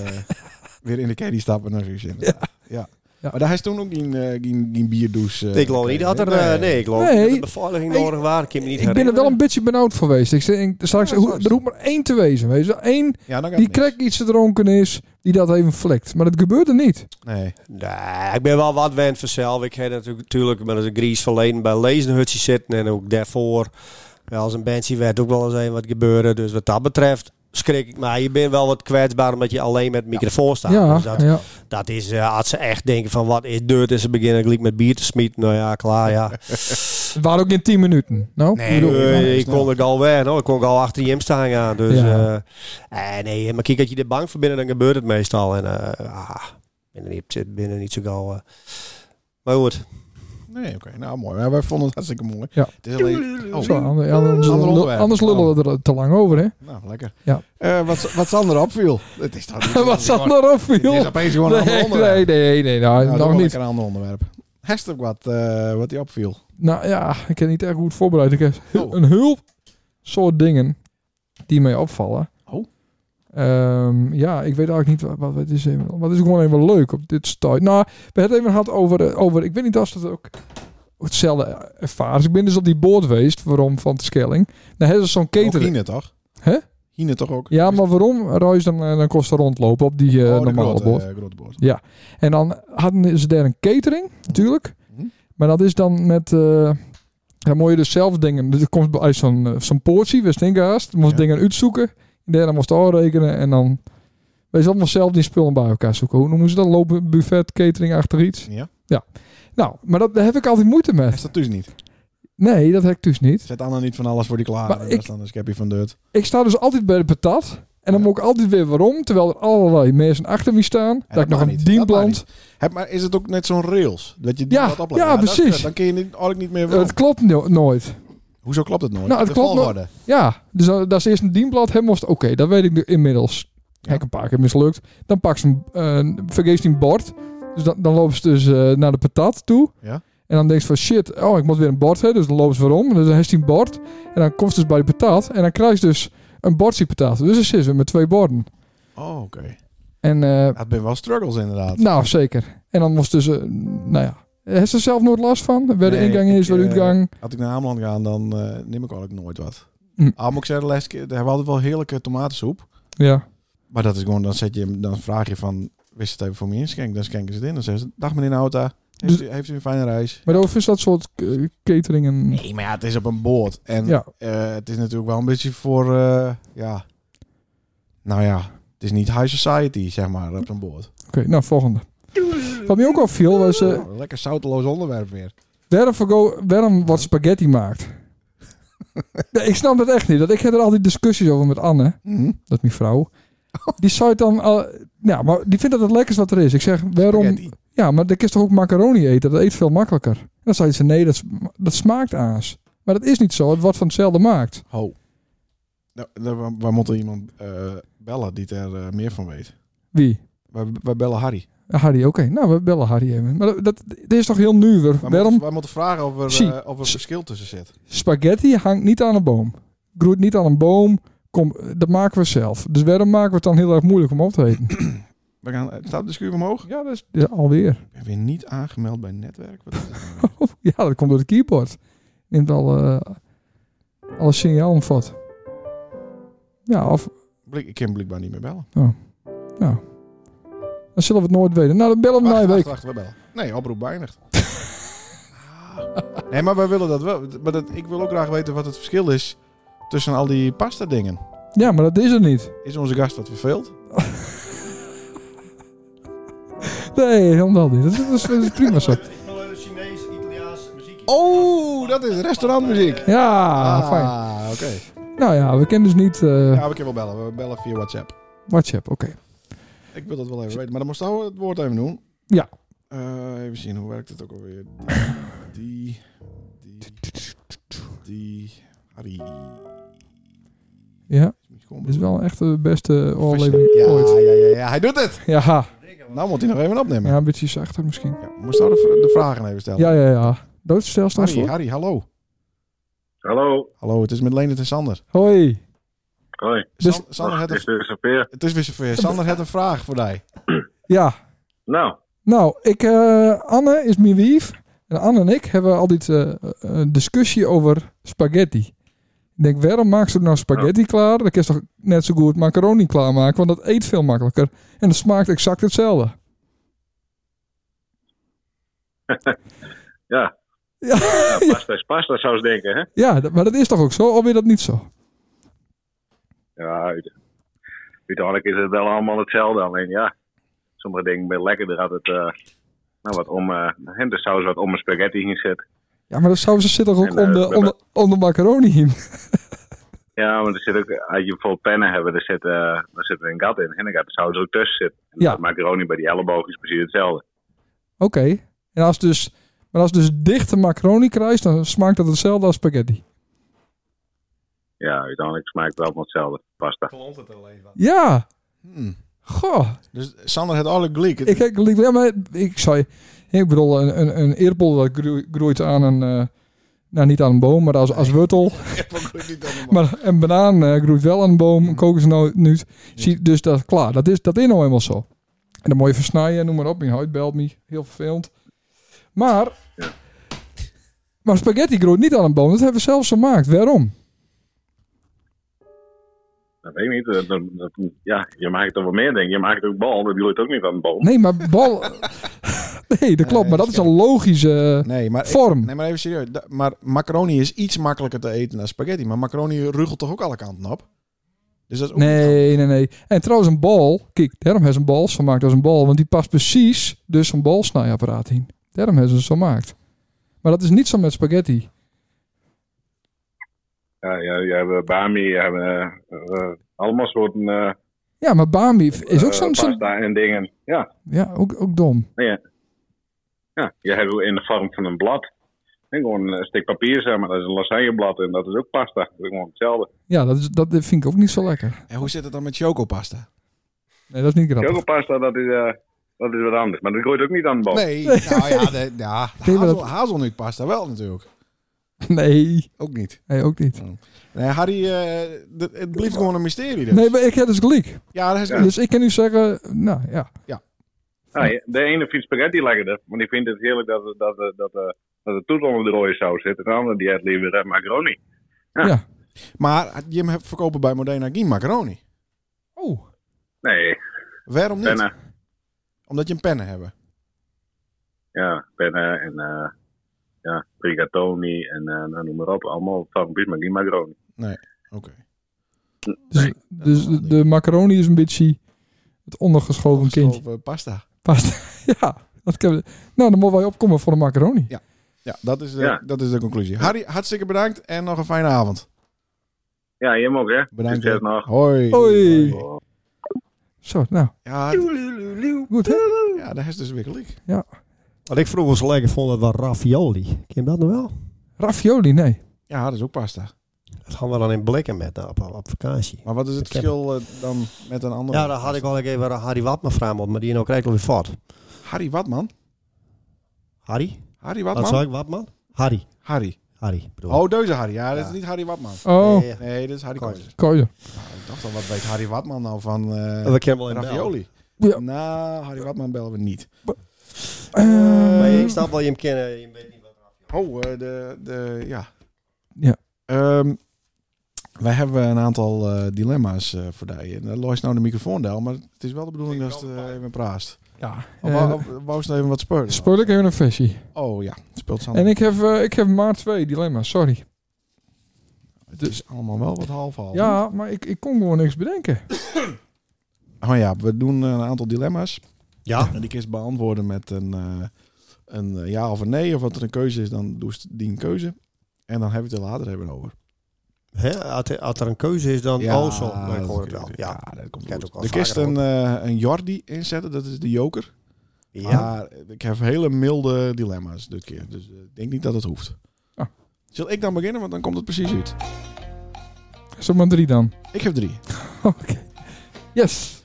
[SPEAKER 3] weer in de caddy stappen naar huis. in. Ja. ja.
[SPEAKER 2] Ja.
[SPEAKER 3] Maar daar is toen ook geen, eh, geen, geen bierdouche. eh,
[SPEAKER 1] ik geloof niet
[SPEAKER 3] gekregen,
[SPEAKER 1] dat er...
[SPEAKER 3] hè?
[SPEAKER 1] eh, nee, ik geloof
[SPEAKER 2] Nee.
[SPEAKER 1] dat de beveiliging
[SPEAKER 2] Ik-
[SPEAKER 1] nodig was. Ik kan me niet
[SPEAKER 2] Ik ben er wel een beetje benauwd voor geweest. Ik zei, ik- straks,
[SPEAKER 3] Ja,
[SPEAKER 2] hoe-
[SPEAKER 3] straks.
[SPEAKER 2] er hoeft maar één te wezen. Weet je. wel. Eén
[SPEAKER 3] Ja, dan gaat
[SPEAKER 2] die
[SPEAKER 3] niks.
[SPEAKER 2] krek iets dronken is, die dat even flikt. Maar dat gebeurde niet.
[SPEAKER 3] Nee.
[SPEAKER 1] Nee, ik ben wel wat wend vanzelf. Ik heb natuurlijk, natuurlijk met een Gries verleden bij Lezenhutje zitten en ook daarvoor. Wel als een bandje werd ook wel eens een wat gebeuren. Dus wat dat betreft schrik ik. Maar je bent wel wat kwetsbaar omdat je alleen met microfoon staat.
[SPEAKER 2] ja,
[SPEAKER 1] Dus dat,
[SPEAKER 2] ja.
[SPEAKER 1] dat is, eh, als ze echt denken van wat is dirt en ze beginnen gelijk met bier te smieten. Nou ja, klaar ja.
[SPEAKER 2] Het waren ook in 10 minuten. Nou,
[SPEAKER 3] Nee,
[SPEAKER 2] ik bedoel,
[SPEAKER 1] Eh,
[SPEAKER 3] ja,
[SPEAKER 1] ik
[SPEAKER 3] snel.
[SPEAKER 1] kon er al weg, hoor. ik kon ook al achter je staan gaan. Dus,
[SPEAKER 2] Ja.
[SPEAKER 1] eh, eh, nee, maar kijk, als je er bang voor bent, dan gebeurt het meestal. En eh, ah, ik ben er niet, ben er niet zo gauw. eh. Maar goed,
[SPEAKER 3] Nee, oké. Nou, mooi. Maar wij vonden het hartstikke mooi.
[SPEAKER 2] Ja.
[SPEAKER 3] Het is alleen... Oh,
[SPEAKER 2] zo, ander- anders,
[SPEAKER 3] Ander onderwerp.
[SPEAKER 2] anders lullen we er te lang over, hè?
[SPEAKER 3] nou, lekker.
[SPEAKER 2] Ja.
[SPEAKER 3] Eh, wat, wat Sander opviel. Het is toch niet...
[SPEAKER 2] Wat zat er op,
[SPEAKER 3] Het is
[SPEAKER 2] joh?
[SPEAKER 3] opeens gewoon een ander
[SPEAKER 2] Nee,
[SPEAKER 3] onderwerp.
[SPEAKER 2] nee, nee, nee, nou,
[SPEAKER 3] Nou,
[SPEAKER 2] nog niet.
[SPEAKER 3] een ander onderwerp. Hest ook wat, eh, wat die opviel.
[SPEAKER 2] Nou ja, ik heb niet echt goed voorbereid. Ik heb
[SPEAKER 3] Oh.
[SPEAKER 2] een hulp soort dingen die mij opvallen.
[SPEAKER 3] Oh.
[SPEAKER 2] Ehm, ja, ik weet eigenlijk niet wat, wat het is. Even, wat is gewoon even leuk op dit stuit. Nou, we hebben het even gehad over, eh, over... Ik weet niet of dat ook hetzelfde ervaren is. Ik ben dus op die boot geweest. Waarom? Van de Schelling. Dan hebben ze zo'n
[SPEAKER 3] Ook
[SPEAKER 2] catering.
[SPEAKER 3] Hine toch?
[SPEAKER 2] Hè?
[SPEAKER 3] Hine toch ook?
[SPEAKER 2] Ja, maar waarom? Ruis dan, eh, dan kost er rondlopen op die eh,
[SPEAKER 3] Oh, de
[SPEAKER 2] normale
[SPEAKER 3] grote,
[SPEAKER 2] boot.
[SPEAKER 3] eh, grote boot.
[SPEAKER 2] En dan hadden ze daar een catering, natuurlijk.
[SPEAKER 3] Mhm.
[SPEAKER 2] Maar dat is dan met... eh dan moet je dus zelf dingen... Dus er komt uit zo'n eh, zo'n poortje, we stinken haast. Je moest
[SPEAKER 3] Ja.
[SPEAKER 2] dingen uitzoeken. Daarna moest aanrekenen. En dan... Wij allemaal zelf die spullen bij elkaar zoeken. Hoe noemen ze dat? Lopen buffet, catering, achter iets.
[SPEAKER 3] Ja.
[SPEAKER 2] Nou, maar dat, daar heb ik altijd moeite
[SPEAKER 3] Hij
[SPEAKER 2] met.
[SPEAKER 3] staat dus niet.
[SPEAKER 2] Nee, dat heb ik dus niet.
[SPEAKER 3] Zet Anna niet van alles voor die klaar.
[SPEAKER 2] Maar
[SPEAKER 3] Dat
[SPEAKER 2] ik-
[SPEAKER 3] is dan een schepje van deurt.
[SPEAKER 2] Ik sta dus altijd bij de patat. En dan
[SPEAKER 3] Ja.
[SPEAKER 2] moet ik altijd weer waarom. Terwijl er allerlei mensen achter me staan. dat,
[SPEAKER 3] dat
[SPEAKER 2] ik nog
[SPEAKER 3] mag
[SPEAKER 2] een
[SPEAKER 3] niet.
[SPEAKER 2] dien
[SPEAKER 3] Dat mag
[SPEAKER 2] plant.
[SPEAKER 3] Heb, maar is het ook net zo'n rails? Dat je die
[SPEAKER 2] Ja,
[SPEAKER 3] wat oplegt?
[SPEAKER 2] ja,
[SPEAKER 3] dat is
[SPEAKER 2] precies.
[SPEAKER 3] kut. Dan kun je niet, eigenlijk niet meer...
[SPEAKER 2] Het klopt no- nooit.
[SPEAKER 3] Hoezo klopt het nooit?
[SPEAKER 2] Nou, het
[SPEAKER 3] De
[SPEAKER 2] klopt nooit.
[SPEAKER 3] volgorde.
[SPEAKER 2] Ja, dus dat dat is eerst een dienblad. Hem moest, oké, dat weet ik nu inmiddels.
[SPEAKER 3] Ja.
[SPEAKER 2] Heb ik een paar keer mislukt. Dan pak ze een, uh, vergeet ze een bord. Dus dan, dan lopen ze dus eh, naar de patat toe.
[SPEAKER 3] Ja.
[SPEAKER 2] En dan denk ze van shit, oh, ik moet weer een bord hebben. Dus dan lopen ze weer om. Dus dan heeft hij een bord. En dan komt ze dus bij de patat. En dan krijgt ze dus een bordje patat. Dus dan zitten ze met twee borden.
[SPEAKER 3] Oh, oké.
[SPEAKER 2] En eh,
[SPEAKER 3] Dat zijn wel struggles inderdaad.
[SPEAKER 2] nou, zeker. En dan moest dus, eh, nou ja. Heeft ze er zelf nooit last van? Waar de
[SPEAKER 3] Nee,
[SPEAKER 2] ingang is,
[SPEAKER 3] ik,
[SPEAKER 2] waar de
[SPEAKER 3] eh,
[SPEAKER 2] uitgang.
[SPEAKER 3] Als ik naar Ameland ga, dan eh, neem ik eigenlijk nooit wat.
[SPEAKER 2] Hm.
[SPEAKER 3] Mm. Ah, moet ik zeggen, de laatste keer, daar hebben we altijd wel heerlijke tomatensoep.
[SPEAKER 2] Ja.
[SPEAKER 3] Maar dat is gewoon, dan, zet je, hem- dan vraag je van, wist het even voor me inschenken? Dan schenken ze het in. Dan zeggen ze, dag meneer Nauta, heeft,
[SPEAKER 2] Dus-
[SPEAKER 3] u, heeft u een fijne reis?
[SPEAKER 2] Maar over is dat soort eh, cateringen.
[SPEAKER 3] Nee, maar ja, het is op een boot. En
[SPEAKER 2] Ja.
[SPEAKER 3] eh, het is natuurlijk wel een beetje voor, eh, ja, nou ja, het is niet high society, zeg maar, op een boot.
[SPEAKER 2] Oké, nou volgende. Wat mij ook al viel was eh
[SPEAKER 3] Oh, lekker zouteloos onderwerp weer.
[SPEAKER 2] waarom, vergo- waarom wat spaghetti maakt. nee, ik snap het echt niet. Dat ik heb er altijd discussies over met Anne,
[SPEAKER 3] Hm?
[SPEAKER 2] dat is mijn vrouw. Die zei dan al, ja, maar die vindt dat het lekkerst wat er is. Ik zeg, waarom?
[SPEAKER 3] Spaghetti.
[SPEAKER 2] Ja, maar dan kun je toch ook macaroni eten. Dat eet veel makkelijker. En dan zei ze, nee, dat, sm- dat smaakt aas. Maar dat is niet zo. Het wordt van hetzelfde maakt.
[SPEAKER 3] Ho. Nou, daar- we, we moeten iemand eh, bellen die er eh, meer van weet.
[SPEAKER 2] Wie?
[SPEAKER 3] Wij, wij bellen Harry.
[SPEAKER 2] Harry, oké. Nou, we bellen Harry even. Maar dat, dat, dit is toch heel nieuw.
[SPEAKER 3] Wij,
[SPEAKER 2] Waarom
[SPEAKER 3] moeten, wij moeten vragen of er,
[SPEAKER 2] Zie.
[SPEAKER 3] eh, of er
[SPEAKER 2] S-
[SPEAKER 3] verschil tussen zit.
[SPEAKER 2] Spaghetti hangt niet aan een boom. Groeit niet aan een boom. Kom, dat maken we zelf. Dus waarom maken we het dan heel erg moeilijk om op te eten?
[SPEAKER 3] We gaan, eh, staat de schuur omhoog?
[SPEAKER 2] Ja, dat is ja, alweer.
[SPEAKER 3] Ik ben weer niet aangemeld bij netwerk. Wat is dit nou weer?
[SPEAKER 2] Ja, dat komt door de keyboard. Neemt al eh, alle signalen vat. Ja, of
[SPEAKER 3] Blik- ik kan blijkbaar niet meer bellen.
[SPEAKER 2] dan zullen we het nooit weten. Nou, dan bellen we
[SPEAKER 3] Wacht,
[SPEAKER 2] mij
[SPEAKER 3] wacht,
[SPEAKER 2] week.
[SPEAKER 3] wacht, we bellen. Nee, oproep beëindigd. Ah. nee, maar wij willen dat wel. Maar dat, ik wil ook graag weten wat het verschil is tussen al die pasta dingen.
[SPEAKER 2] Ja, maar dat is er niet.
[SPEAKER 3] Is onze gast wat verveeld?
[SPEAKER 2] Nee, helemaal niet. Dat is, dat is, dat is prima zo.
[SPEAKER 1] Chinees, Italiaans, muziek.
[SPEAKER 3] Oh, dat is restaurantmuziek.
[SPEAKER 2] Ja, fijn.
[SPEAKER 3] Ah, oké.
[SPEAKER 2] Nou ja, we kennen dus niet eh,
[SPEAKER 3] Ja, we kunnen wel bellen. We bellen via WhatsApp.
[SPEAKER 2] WhatsApp. Oké.
[SPEAKER 3] Ik wil dat wel even weten. Maar dan moest nou het woord even doen.
[SPEAKER 2] Ja.
[SPEAKER 3] Eh, even zien, hoe werkt het ook alweer? Die, die, die, die, Harry.
[SPEAKER 2] Ja, dit
[SPEAKER 3] Kom,
[SPEAKER 2] is wel echt de beste aflevering ooit.
[SPEAKER 3] ja, ja, ja, ja, hij doet het!
[SPEAKER 2] Ja,
[SPEAKER 3] Nou moet hij nog even opnemen.
[SPEAKER 2] ja, een beetje zachter misschien.
[SPEAKER 3] Ja, moest nou de, v- de vragen even stellen.
[SPEAKER 2] Ja, ja, ja. Doodstel staan
[SPEAKER 3] Harry,
[SPEAKER 2] voor.
[SPEAKER 3] Harry, hallo.
[SPEAKER 5] Hallo.
[SPEAKER 3] Hallo, het is met Leendert en Sander.
[SPEAKER 2] Hoi.
[SPEAKER 5] Hoi.
[SPEAKER 2] Dus-
[SPEAKER 3] San- Sander had
[SPEAKER 5] Het is
[SPEAKER 3] een,
[SPEAKER 5] dus een peer.
[SPEAKER 3] het is weer zover. Sander had een vraag voor mij.
[SPEAKER 2] Ja,
[SPEAKER 5] Nou,
[SPEAKER 2] nou, ik, eh, Anne is mijn wief. En Anne en ik hebben altijd eh, een discussie over spaghetti. Ik denk, waarom maak ze nou spaghetti klaar? Dan kun je toch net zo goed macaroni klaarmaken, want dat eet veel makkelijker. En het smaakt exact hetzelfde.
[SPEAKER 5] ja.
[SPEAKER 2] Ja.
[SPEAKER 5] ja pasta is pasta, zou ze denken, hè?
[SPEAKER 2] Ja, dat- maar dat is toch ook zo? Of is dat niet zo?
[SPEAKER 5] Ja, uit- uiteindelijk is het wel allemaal hetzelfde. Alleen ja, sommige dingen ben lekkerder als het... eh, nou, wat om... eh hem de saus wat om een spaghetti heen zit.
[SPEAKER 2] Ja, maar dat zou ze zit toch ook
[SPEAKER 5] En, eh,
[SPEAKER 2] om, de,
[SPEAKER 5] we
[SPEAKER 2] om, de, om de macaroni in.
[SPEAKER 5] Ja, want er zit ook... Als je bijvoorbeeld pennen hebt, dan zit, eh dan zit er een gat in. En dan gaat de saus er ook tussen zitten. En
[SPEAKER 2] Ja.
[SPEAKER 5] dat macaroni bij die elleboog is precies hetzelfde.
[SPEAKER 2] Oké. En als dus, maar als dus dichte macaroni krijgt, dan smaakt dat hetzelfde als spaghetti.
[SPEAKER 5] Ja, uiteindelijk smaakt het allemaal hetzelfde. Pasta.
[SPEAKER 2] Ja.
[SPEAKER 3] Hmm.
[SPEAKER 2] Goh.
[SPEAKER 3] Dus Sander had alle gelijk. Het-
[SPEAKER 2] Ik, ik, ik, ja, maar ik zou je- ik bedoel, een, een, een eerpel dat groe- groeit aan een, eh, nou niet aan een boom, maar als, als wortel.
[SPEAKER 3] Ik heb ook niet allemaal.
[SPEAKER 2] Maar een banaan eh, groeit wel aan een boom, een kokosnoot niet. Zie, dus dat klaar, dat is, dat is nou eenmaal zo. En dan moet je versnijden, noem maar op. Mijn huid belt me, heel vervelend. Maar, maar spaghetti groeit niet aan een boom, dat hebben we zelf gemaakt. Waarom?
[SPEAKER 5] Dat weet ik niet. Dat- dat- dat- ja, je maakt er wel meer dingen. Je maakt ook bal, dat groeit ook niet van een boom.
[SPEAKER 2] Nee, maar bal... nee, dat klopt,
[SPEAKER 3] Nee,
[SPEAKER 2] maar dat
[SPEAKER 3] dat
[SPEAKER 2] is een logische eh,
[SPEAKER 3] Nee, maar ik-
[SPEAKER 2] vorm.
[SPEAKER 3] Nee, maar even serieus. Da- maar macaroni is iets makkelijker te eten dan spaghetti. Maar macaroni ruggelt toch ook alle kanten op? Dus dat is ook
[SPEAKER 2] Nee, nee, nee. En trouwens, een bal. Kijk, daarom hebben ze een bal zo gemaakt als een bal. Want die past precies dus een balsnijapparaat in. Daarom hebben ze het zo gemaakt. Maar dat is niet zo met spaghetti.
[SPEAKER 5] Ja, ja, je hebt Bami, je hebt eh, eh, allemaal soorten eh,
[SPEAKER 2] Ja, maar Bami is ook
[SPEAKER 5] eh,
[SPEAKER 2] zo'n... zo'n-
[SPEAKER 5] pasta en dingen. Ja,
[SPEAKER 2] ja, ook, ook dom.
[SPEAKER 5] ja, je hebt ook in de vorm van een blad. En gewoon een stuk papier, zeg maar, dat is een lasagneblad en dat is ook pasta. Dat is gewoon hetzelfde.
[SPEAKER 2] Ja, dat, is, dat vind ik ook niet zo lekker.
[SPEAKER 3] En hoe zit het dan met chocopasta?
[SPEAKER 2] Nee, dat is niet grappig.
[SPEAKER 5] Chocopasta, dat is, eh, dat is wat anders. Maar dat groeit ook niet aan de boom.
[SPEAKER 3] Nee, nou ja, de, ja de
[SPEAKER 2] Nee, maar
[SPEAKER 3] hazel,
[SPEAKER 2] dat-
[SPEAKER 3] hazelnootpasta wel natuurlijk.
[SPEAKER 2] Nee,
[SPEAKER 3] Ook niet.
[SPEAKER 2] nee, ook niet.
[SPEAKER 3] Nee, Harry, eh, de- het blijft gewoon een mysterie dus.
[SPEAKER 2] Nee, maar ik heb dus gelijk.
[SPEAKER 3] Ja, dat is
[SPEAKER 5] Ja.
[SPEAKER 2] Dus ik kan nu zeggen... Nou, ja.
[SPEAKER 5] Ah, ja, de ene vindt spaghetti lekkerder, want die vindt het heerlijk dat, dat, dat, dat, eh, dat de toet onder de rode saus zit. En de andere die eet liever eh, macaroni. Ja.
[SPEAKER 2] Ja.
[SPEAKER 3] Maar Jim hebt verkopen bij Modena geen macaroni.
[SPEAKER 2] Oh,
[SPEAKER 5] Nee,
[SPEAKER 3] Waarom niet?
[SPEAKER 5] pennen.
[SPEAKER 3] Omdat je een pennen hebben.
[SPEAKER 5] Ja, pennen en eh ja, rigatoni en eh, nou, noem maar op. Allemaal van bies, maar niet macaroni.
[SPEAKER 3] Oké.
[SPEAKER 2] dus, dus de, de macaroni is een beetje het ondergeschoven kindje.
[SPEAKER 3] Of, eh, pasta.
[SPEAKER 2] Past. ja, dat kan... Nou, dan moeten wij opkomen voor de macaroni.
[SPEAKER 3] Ja, dat is, de,
[SPEAKER 5] Ja.
[SPEAKER 3] dat is de conclusie. Harry, hartstikke bedankt en nog een fijne avond.
[SPEAKER 5] Ja, je mag hè.
[SPEAKER 3] Bedankt.
[SPEAKER 5] Succes
[SPEAKER 3] hè.
[SPEAKER 5] nog.
[SPEAKER 3] Hoi.
[SPEAKER 2] Hoi. Zo, nou,
[SPEAKER 3] Ja,
[SPEAKER 2] goed hè?
[SPEAKER 3] ja, dat is dus weer gelijk.
[SPEAKER 1] Wat ik vroeger zo lekker vond, dat was ravioli. Ken je dat nog wel?
[SPEAKER 2] Ravioli, nee.
[SPEAKER 3] Ja, dat is ook pasta.
[SPEAKER 1] Dat gaan we dan in blikken met nou, op, op vakantie.
[SPEAKER 3] Maar wat is het
[SPEAKER 1] Ik heb-
[SPEAKER 3] verschil eh, dan met een andere?
[SPEAKER 1] Ja, daar had ik al even Harry Watman vragen op, maar die nou krijgt alweer fout.
[SPEAKER 3] Harry Watman?
[SPEAKER 1] Harry?
[SPEAKER 3] Harry
[SPEAKER 1] Wat
[SPEAKER 3] Watman?
[SPEAKER 1] zei ik, Watman? Harry.
[SPEAKER 3] Harry.
[SPEAKER 1] Harry, bedoel ik.
[SPEAKER 3] Oh, deze Harry. Ja, dat is niet Harry Watman.
[SPEAKER 2] Oh,
[SPEAKER 1] Nee,
[SPEAKER 3] Nee, dit is Harry
[SPEAKER 1] Kooijzer.
[SPEAKER 3] Kooijzer.
[SPEAKER 2] kan je.
[SPEAKER 3] Ik dacht al, wat weet Harry Watman nou van eh,
[SPEAKER 1] we kennen Oh, wel in België.
[SPEAKER 3] ravioli?
[SPEAKER 2] Ja.
[SPEAKER 3] Nou, Harry Watman bellen we niet.
[SPEAKER 1] Maar
[SPEAKER 2] Eh,
[SPEAKER 1] ik snap wel, je hem kennen, je weet niet wat ravioli
[SPEAKER 3] Oh, eh, de, de, ja.
[SPEAKER 2] Ja.
[SPEAKER 3] Ehm, wij hebben een aantal eh, dilemma's eh voor die. En daar loopt nou de microfoon daar, maar het is wel de bedoeling dat ze eh, even praat.
[SPEAKER 2] ja.
[SPEAKER 3] Of
[SPEAKER 2] eh,
[SPEAKER 3] wou- of wou ze nou even wat spelen?
[SPEAKER 2] speel ik even een versie.
[SPEAKER 3] Oh ja, speelt Sander.
[SPEAKER 2] En ik heb, eh, ik heb maar twee dilemma's, sorry.
[SPEAKER 3] Het is allemaal wel wat half-half.
[SPEAKER 2] Ja, maar ik, ik kon gewoon niks bedenken.
[SPEAKER 3] Maar ja, we doen eh, een aantal dilemma's.
[SPEAKER 1] Ja.
[SPEAKER 3] En die kun je beantwoorden met een, eh, een eh, ja of een nee. Of wat er een keuze is, dan doe je die een keuze. En dan hebben we het er later even over.
[SPEAKER 1] Hè, als er- Als er een keuze is, dan... oh, zo. Nou, ik
[SPEAKER 3] dat
[SPEAKER 1] hoor het
[SPEAKER 3] kun je-
[SPEAKER 1] wel. Ja.
[SPEAKER 3] dat komt
[SPEAKER 1] Ik heb
[SPEAKER 3] goed.
[SPEAKER 1] het ook al
[SPEAKER 3] De kist
[SPEAKER 1] vaker
[SPEAKER 3] een, eh, een Jordi inzetten, dat is de joker.
[SPEAKER 1] Ja.
[SPEAKER 3] Maar ik heb hele milde dilemma's dit keer. Dus eh, ik denk niet dat het hoeft.
[SPEAKER 2] Ah.
[SPEAKER 3] Zal ik dan beginnen? Want dan komt het precies uit.
[SPEAKER 2] Zomaar drie dan.
[SPEAKER 3] Ik heb drie.
[SPEAKER 2] Oké. Yes.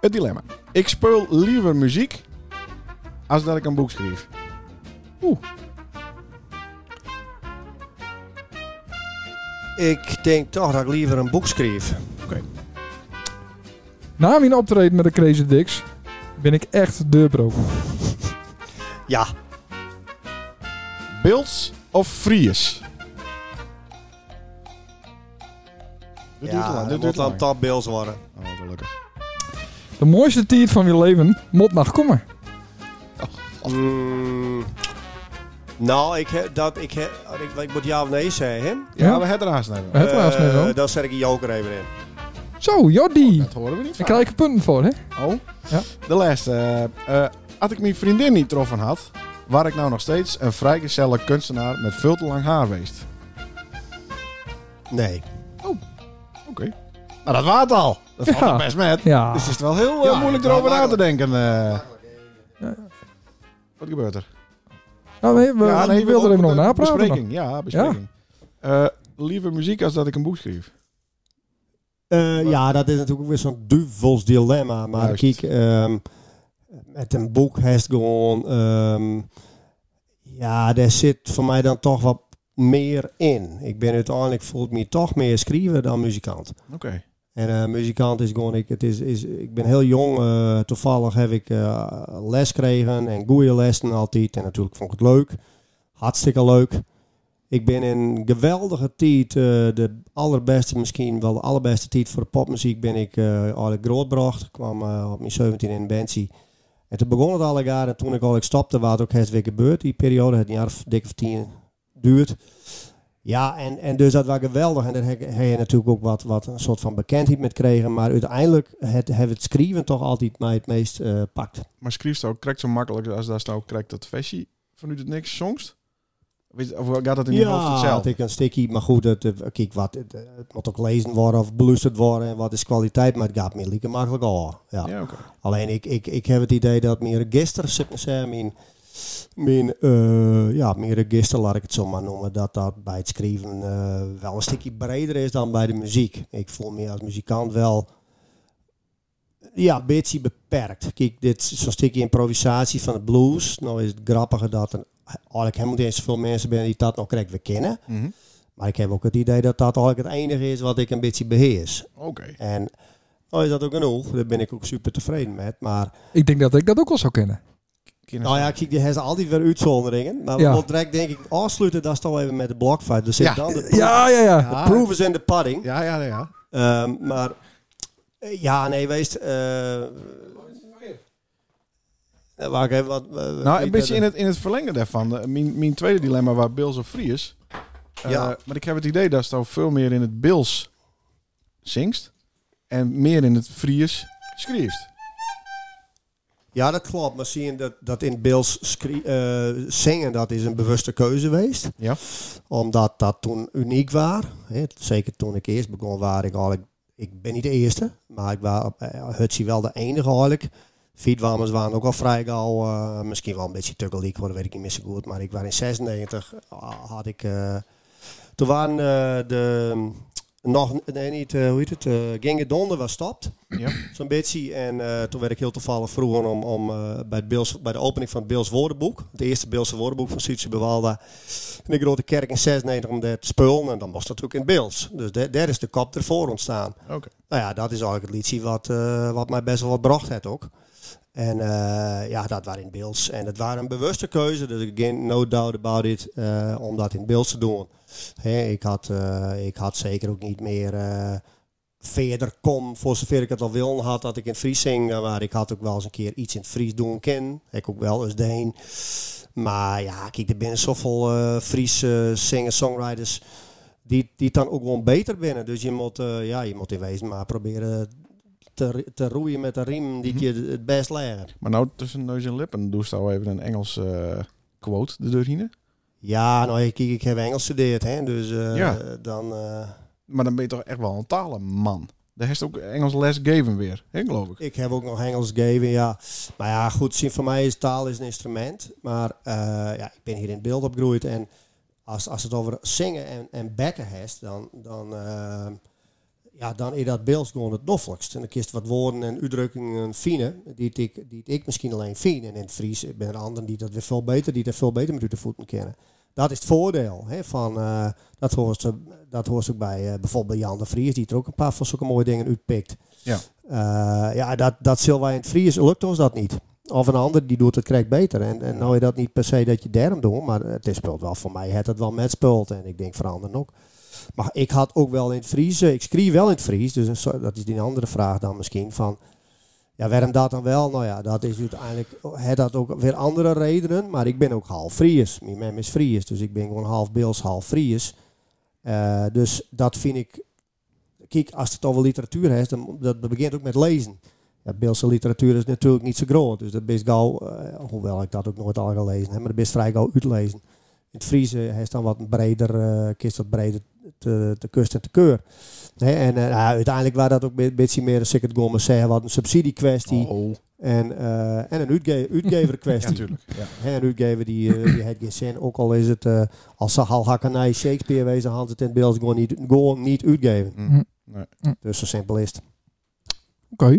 [SPEAKER 3] Het dilemma. Ik speel liever muziek als dat ik een boek schrijf.
[SPEAKER 1] Ik denk toch dat ik liever een boek schreef.
[SPEAKER 2] Na mijn optreden met de Crazy Dicks ben ik echt deurbroken.
[SPEAKER 1] Ja,
[SPEAKER 3] Beelds of Fries? Dit duurt te
[SPEAKER 1] ja
[SPEAKER 3] lang,
[SPEAKER 1] dat
[SPEAKER 3] dit
[SPEAKER 1] moet
[SPEAKER 3] duurt
[SPEAKER 1] dan
[SPEAKER 3] aan
[SPEAKER 1] top Bills worden.
[SPEAKER 3] Oh, gelukkig.
[SPEAKER 2] De mooiste tijd van je leven moet nog komen.
[SPEAKER 1] Mm, nou, ik, he- dat, ik, he- ik, ik moet ja of nee zeggen.
[SPEAKER 3] Ja,
[SPEAKER 2] Ja.
[SPEAKER 3] we hebben er haast naar.
[SPEAKER 2] Het was net
[SPEAKER 1] Eh,
[SPEAKER 2] wel.
[SPEAKER 1] Dan zet ik een joker even in.
[SPEAKER 2] Zo, Jordi.
[SPEAKER 3] Dat horen we niet
[SPEAKER 2] Daar
[SPEAKER 3] vaak.
[SPEAKER 2] krijg ik punten voor, hè?
[SPEAKER 3] Oh,
[SPEAKER 2] Ja.
[SPEAKER 3] de laatste. eh, eh, had ik mijn vriendin niet getroffen had, waar ik nou nog steeds een vrijgezelle kunstenaar met veel te lang haar geweest.
[SPEAKER 1] Nee.
[SPEAKER 3] Oké. Nou, dat waard al. Dat valt
[SPEAKER 2] Ja.
[SPEAKER 3] er best met.
[SPEAKER 2] Ja.
[SPEAKER 3] Dus het is wel heel eh,
[SPEAKER 1] Ah. Ja,
[SPEAKER 3] moeilijk
[SPEAKER 1] dat is wel
[SPEAKER 3] erover na te denken. eh.
[SPEAKER 2] Ja.
[SPEAKER 3] Wat gebeurt er?
[SPEAKER 2] Nou, nee, we,
[SPEAKER 3] Ja, nee,
[SPEAKER 2] we wilden er even
[SPEAKER 3] moeten-
[SPEAKER 2] nog napraten. maar-
[SPEAKER 3] Bespreking, ja, bespreking. Eh, liever muziek als dat ik een boek schreef.
[SPEAKER 1] Eh, ja, dat is natuurlijk weer zo'n duvels dilemma. Maar
[SPEAKER 3] Juist.
[SPEAKER 1] kijk, ehm, met een boek heeft gewoon... ehm, ja, daar zit voor mij dan toch wat meer in. Ik ben uiteindelijk voelt me toch meer schrijver dan muzikant.
[SPEAKER 3] Oké.
[SPEAKER 1] En eh, muzikant is gewoon, ik, het is, is, ik ben heel jong. eh, toevallig heb ik eh, les gekregen en goede lessen altijd. En natuurlijk vond ik het leuk. Hartstikke leuk. Ik ben in geweldige tijd, eh, de allerbeste misschien, wel de allerbeste tijd voor de popmuziek ben ik eh eigenlijk grootbracht. Ik kwam eh, op mijn 17 in een bandje. En toen begon het al jaar en toen ik al stopte, waar het ook het weer gebeurd. Die periode had een jaar of dik of tien duurt. Ja, en, en dus dat was geweldig. En daar heb heb je natuurlijk ook wat, wat een soort van bekendheid met kregen. Maar uiteindelijk het, hebben het schrijven toch altijd mij het meest eh, pakt.
[SPEAKER 3] Maar schreef ook correct zo makkelijk als dat nou correct dat versie van u het niks songs? Weet je, Of gaat dat in je hoofd
[SPEAKER 1] had
[SPEAKER 3] hetzelfde?
[SPEAKER 1] ik een stukje. Maar goed, het, eh, kijk, wat, het, eh, het moet ook lezen worden of beluisterd worden. En wat is kwaliteit, maar het gaat meer lekker makkelijk al. Ja.
[SPEAKER 3] Ja, oké.
[SPEAKER 1] Alleen ik, ik, ik heb het idee dat mijn register, zeg maar, zeg, mijn, mijn, eh, ja, mijn register, laat ik het zo maar noemen, dat dat bij het schrijven eh, wel een stukje breder is dan bij de muziek. Ik voel me als muzikant wel ja, een beetje beperkt. Kijk, dit is zo'n stukje improvisatie van de blues. Nou is het grappige dat er eigenlijk helemaal niet eens zoveel mensen binnen die dat nog correct weer kennen.
[SPEAKER 3] Mhm.
[SPEAKER 1] Maar ik heb ook het idee dat dat eigenlijk het enige is wat ik een beetje beheers.
[SPEAKER 3] Oké.
[SPEAKER 1] En nou is dat ook genoeg. Daar ben ik ook super tevreden met. Maar
[SPEAKER 2] Ik denk dat ik dat ook wel zou kennen.
[SPEAKER 1] nou ja, kijk, die heeft al die weer uitzonderingen. Maar
[SPEAKER 2] Ja.
[SPEAKER 1] we moeten direct denk ik afsluiten. Dat is toch even met de blokfight. Dus
[SPEAKER 3] Ja.
[SPEAKER 1] zit dan de, proof-
[SPEAKER 2] Ja, ja, ja.
[SPEAKER 1] de proof is in de pudding.
[SPEAKER 3] Ja, ja, ja.
[SPEAKER 1] Ehm, maar eh, ja, nee, wees... eh eh, waar ik even wat... eh,
[SPEAKER 3] Nou,
[SPEAKER 1] ik-
[SPEAKER 3] een beetje in het, in het verlengen daarvan. eh, Mijn, mijn tweede dilemma waar Bills of Free is. Eh,
[SPEAKER 1] Ja.
[SPEAKER 3] Maar ik heb het idee dat het veel meer in het Bills zingst. En meer in het Fries schreeuwt.
[SPEAKER 1] Ja, dat klopt. Maar zie je dat, dat in Bills scree- eh, zingen, dat is een bewuste keuze geweest.
[SPEAKER 3] Ja.
[SPEAKER 1] Omdat dat toen uniek was. Hè, Zeker toen ik eerst begon, waar ik eigenlijk... Ik ben niet de eerste, maar ik was op eh, Hutsie wel de enige eigenlijk. Fietwarmers waren ook al vrij gauw, eh, misschien wel een beetje tukkeliek worden, weet ik niet meer zo goed. Maar ik was in 96, ah, had ik... eh, toen waren eh, de... Nog, nee, niet, eh, hoe heet het? eh Ginge Donder was stopt.
[SPEAKER 3] Ja.
[SPEAKER 1] Zo'n beetje. En eh, toen werd ik heel toevallig vroeger om, om eh, bij, het Beels, bij de opening van het Beels woordenboek. Het eerste Beelse woordenboek van Suitse Bewalda. En ik rood de kerk in 96 om daar te spullen. En dan was dat natuurlijk in het Beels. Dus daar daar is de kop ervoor ontstaan.
[SPEAKER 3] Oké.
[SPEAKER 1] Nou ja, dat is eigenlijk het liedje wat, eh, wat mij best wel wat bracht het ook. En eh, ja, dat waren in Bills. En het waren een bewuste keuze. Dus again, no doubt about it. eh, om dat in Bills te doen. Hè, ik, had, eh, ik had zeker ook niet meer eh, verder kom. Voor zover ik het al wil had, dat ik in het Fries zing. eh, Maar ik had ook wel eens een keer iets in het Fries doen ken. Ik ook wel eens deen. Maar ja, kijk, er binnen zoveel eh Friese zingers, songwriters die, die het dan ook gewoon beter binnen. Dus je moet, eh, ja, je moet in wezen maar proberen te, te roeien met de riem die je het best leren.
[SPEAKER 3] Maar nou tussen neus en lippen doe je al even een Engels eh, quote de deur heen.
[SPEAKER 1] Ja, nou, kijk, ik heb Engels gestudeerd, hè, dus eh,
[SPEAKER 3] Ja.
[SPEAKER 1] dan... eh,
[SPEAKER 3] Maar dan ben je toch echt wel een talenman. Daar heeft ook Engels lesgeven weer, hè, geloof ik.
[SPEAKER 1] Ik heb ook nog Engels gegeven, ja. Maar ja, goed, zien, voor mij is taal is een instrument. Maar eh, ja, ik ben hier in het beeld opgegroeid. En als, als het over zingen en, en bekken heeft, dan, dan, eh, ja, dan is dat beeld gewoon het noffelijkst. En dan kiest wat woorden en uitdrukkingen fine, die het ik, die het ik misschien alleen fien. En in het Fries ben er anderen die dat weer veel beter, die dat veel beter met u de voeten kennen. Dat is het voordeel. Hè, van, eh, dat, hoort, eh, dat hoort ook bij eh, bijvoorbeeld Jan de Vries, die er ook een paar van zulke mooie dingen uitpikt. Eh, ja, dat, dat zullen wij in het Fries, lukt ons dat niet. Of een ander die doet het krijgt beter. En, en nou is dat niet per se dat je derm doet, maar het is speelt wel voor mij. Het het wel met speelt en ik denk voor anderen ook. Maar ik had ook wel in het Fries, eh, ik schreef wel in het Fries, dus een soort- dat is die andere vraag dan misschien van. Ja, waarom dat dan wel? Nou ja, dat is uiteindelijk, het had ook weer andere redenen, maar ik ben ook half Fries. Mijn mem is Fries, dus ik ben gewoon half Beels, half Fries. Eh, dus dat vind ik kijk, als het over literatuur heeft, dan dat begint ook met lezen. Ja, Beelse literatuur is natuurlijk niet zo groot, dus dat best gauw, eh, hoewel ik dat ook nooit al gelezen heb, maar dat best vrij gauw uitlezen. In het Friese heeft dan wat breder, eh kist wat breder te, te kust en te keur. Hè, en eh, nou, uiteindelijk waar dat ook een beetje meer, als ik het gewoon maar zeggen, wat een subsidiekwestie
[SPEAKER 3] Oh,
[SPEAKER 1] en, eh, en een uitge
[SPEAKER 3] ja,
[SPEAKER 1] uitgeverkwestie.
[SPEAKER 3] natuurlijk. Ja.
[SPEAKER 1] Hè, een uitgever die, eh, die heeft geen zin. Ook al is het, eh als ze al hakkenij Shakespeare wezen, dan had het in het beeld gewoon niet, gewoon niet uitgeven.
[SPEAKER 2] Hm.
[SPEAKER 3] Mm.
[SPEAKER 1] Dus zo simpel is het.
[SPEAKER 2] Oké.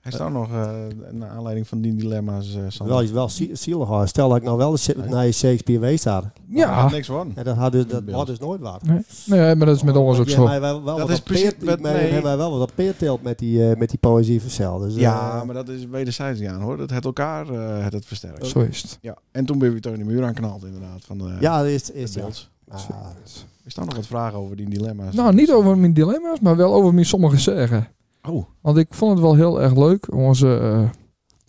[SPEAKER 3] Hij staat ook nog eh naar aanleiding van die dilemma's, eh Sander.
[SPEAKER 1] Wel, is wel zie- zielig hoor. Stel dat ik nou wel eens
[SPEAKER 3] Nee.
[SPEAKER 1] naar Shakespeare geweest had.
[SPEAKER 3] Maar hij had
[SPEAKER 2] Ja.
[SPEAKER 3] niks van.
[SPEAKER 1] En dat had dus, dat
[SPEAKER 3] Beeld.
[SPEAKER 1] was dus nooit waar.
[SPEAKER 2] Nee, maar dat is met alles ook
[SPEAKER 1] Ja,
[SPEAKER 2] zo.
[SPEAKER 1] maar wij- wel
[SPEAKER 3] Dat
[SPEAKER 1] wat
[SPEAKER 3] is precies
[SPEAKER 1] peert-
[SPEAKER 3] wat
[SPEAKER 1] mee-
[SPEAKER 3] mij-
[SPEAKER 1] hebben wij wel wat peerteelt met die, eh, met die poëzie van Cel. Dus, eh,
[SPEAKER 3] Ja, maar dat is wederzijds aan hoor. Dat het elkaar eh, het, het versterkt.
[SPEAKER 2] Zo is het.
[SPEAKER 3] Ja. En toen ben je tegen de muur aanknald inderdaad. Van de,
[SPEAKER 1] ja, dat is,
[SPEAKER 3] de
[SPEAKER 1] is ja.
[SPEAKER 3] beeld.
[SPEAKER 1] Ah,
[SPEAKER 3] Is daar nog wat vragen over die dilemma's?
[SPEAKER 2] Nou, niet over mijn dilemma's, maar wel over mijn sommige zeggen.
[SPEAKER 3] Oh,
[SPEAKER 2] Want ik vond het wel heel erg leuk. Onze eh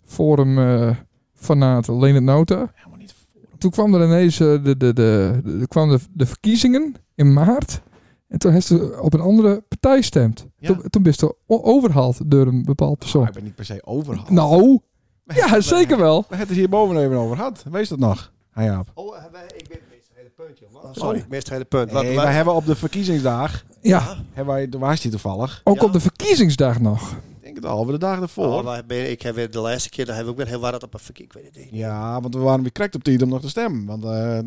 [SPEAKER 2] forum eh fanaten Leonard Nota.
[SPEAKER 3] helemaal niet.
[SPEAKER 2] Toen kwam er ineens eh, de, de, de, de, kwam de, de verkiezingen in maart. En toen heeft ze op een andere partij gestemd.
[SPEAKER 3] Ja. Ah,
[SPEAKER 2] Toen, toen ben je o- overhaald door een bepaald
[SPEAKER 3] Maar
[SPEAKER 2] persoon.
[SPEAKER 3] ik ben niet per se overhaald.
[SPEAKER 2] Oh. Nou,
[SPEAKER 3] We hebben
[SPEAKER 2] ja,
[SPEAKER 3] het-
[SPEAKER 2] zeker wel.
[SPEAKER 3] We hebben het hier boven even over gehad. Wees dat nog. Hi, Jaap.
[SPEAKER 1] Oh, eh, wij- ik ben ik mis het hele puntje. hoor.
[SPEAKER 3] Oh,
[SPEAKER 1] Sorry,
[SPEAKER 3] sorry.
[SPEAKER 1] ik mis het hele punt. Wat-
[SPEAKER 3] Hey,
[SPEAKER 1] wat-
[SPEAKER 3] wij hebben op de verkiezingsdag,
[SPEAKER 2] Ja,
[SPEAKER 3] hebben wij, waar is die toevallig?
[SPEAKER 2] ook
[SPEAKER 1] Ja.
[SPEAKER 2] op de verkiezingsdag nog.
[SPEAKER 3] Ik denk het al, we de dagen
[SPEAKER 1] Oh,
[SPEAKER 3] ervoor.
[SPEAKER 1] wij ben- ik heb weer de laatste keer, daar heb ik ook weer heel wat op een verkeer. Ik weet het niet.
[SPEAKER 3] Ja, want we waren weer correct op tijd om nog te stemmen. Want eh,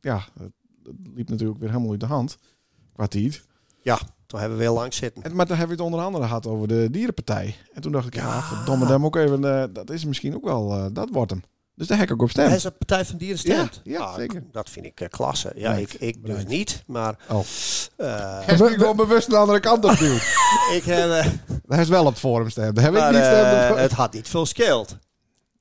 [SPEAKER 3] ja, het, het liep natuurlijk weer helemaal uit de hand. Qua tijd.
[SPEAKER 1] Toen hebben we weer lang zitten.
[SPEAKER 3] En, maar dan hebben we het onder andere gehad over de dierenpartij. En toen dacht ik, ja, verdomme, daar moet ik even, eh, dat is misschien ook wel, eh, dat wordt hem. Dus daar heb ik ook op
[SPEAKER 1] Hij
[SPEAKER 3] stem.
[SPEAKER 1] is een Partij van Dieren stemt.
[SPEAKER 3] Ja, ja, zeker.
[SPEAKER 1] Dat vind ik eh, klasse. Ja,
[SPEAKER 3] Bedankt.
[SPEAKER 1] ik, ik dus
[SPEAKER 3] Bedankt.
[SPEAKER 1] niet, maar...
[SPEAKER 3] Oh.
[SPEAKER 1] eh,
[SPEAKER 3] Hij is nu gewoon bewust de andere kant op duwt.
[SPEAKER 1] ik heb... eh,
[SPEAKER 3] Hij is wel op het forum stemmen. Daar heb ik
[SPEAKER 1] Maar,
[SPEAKER 3] niet stemmen.
[SPEAKER 1] eh, het had niet veel scheeld.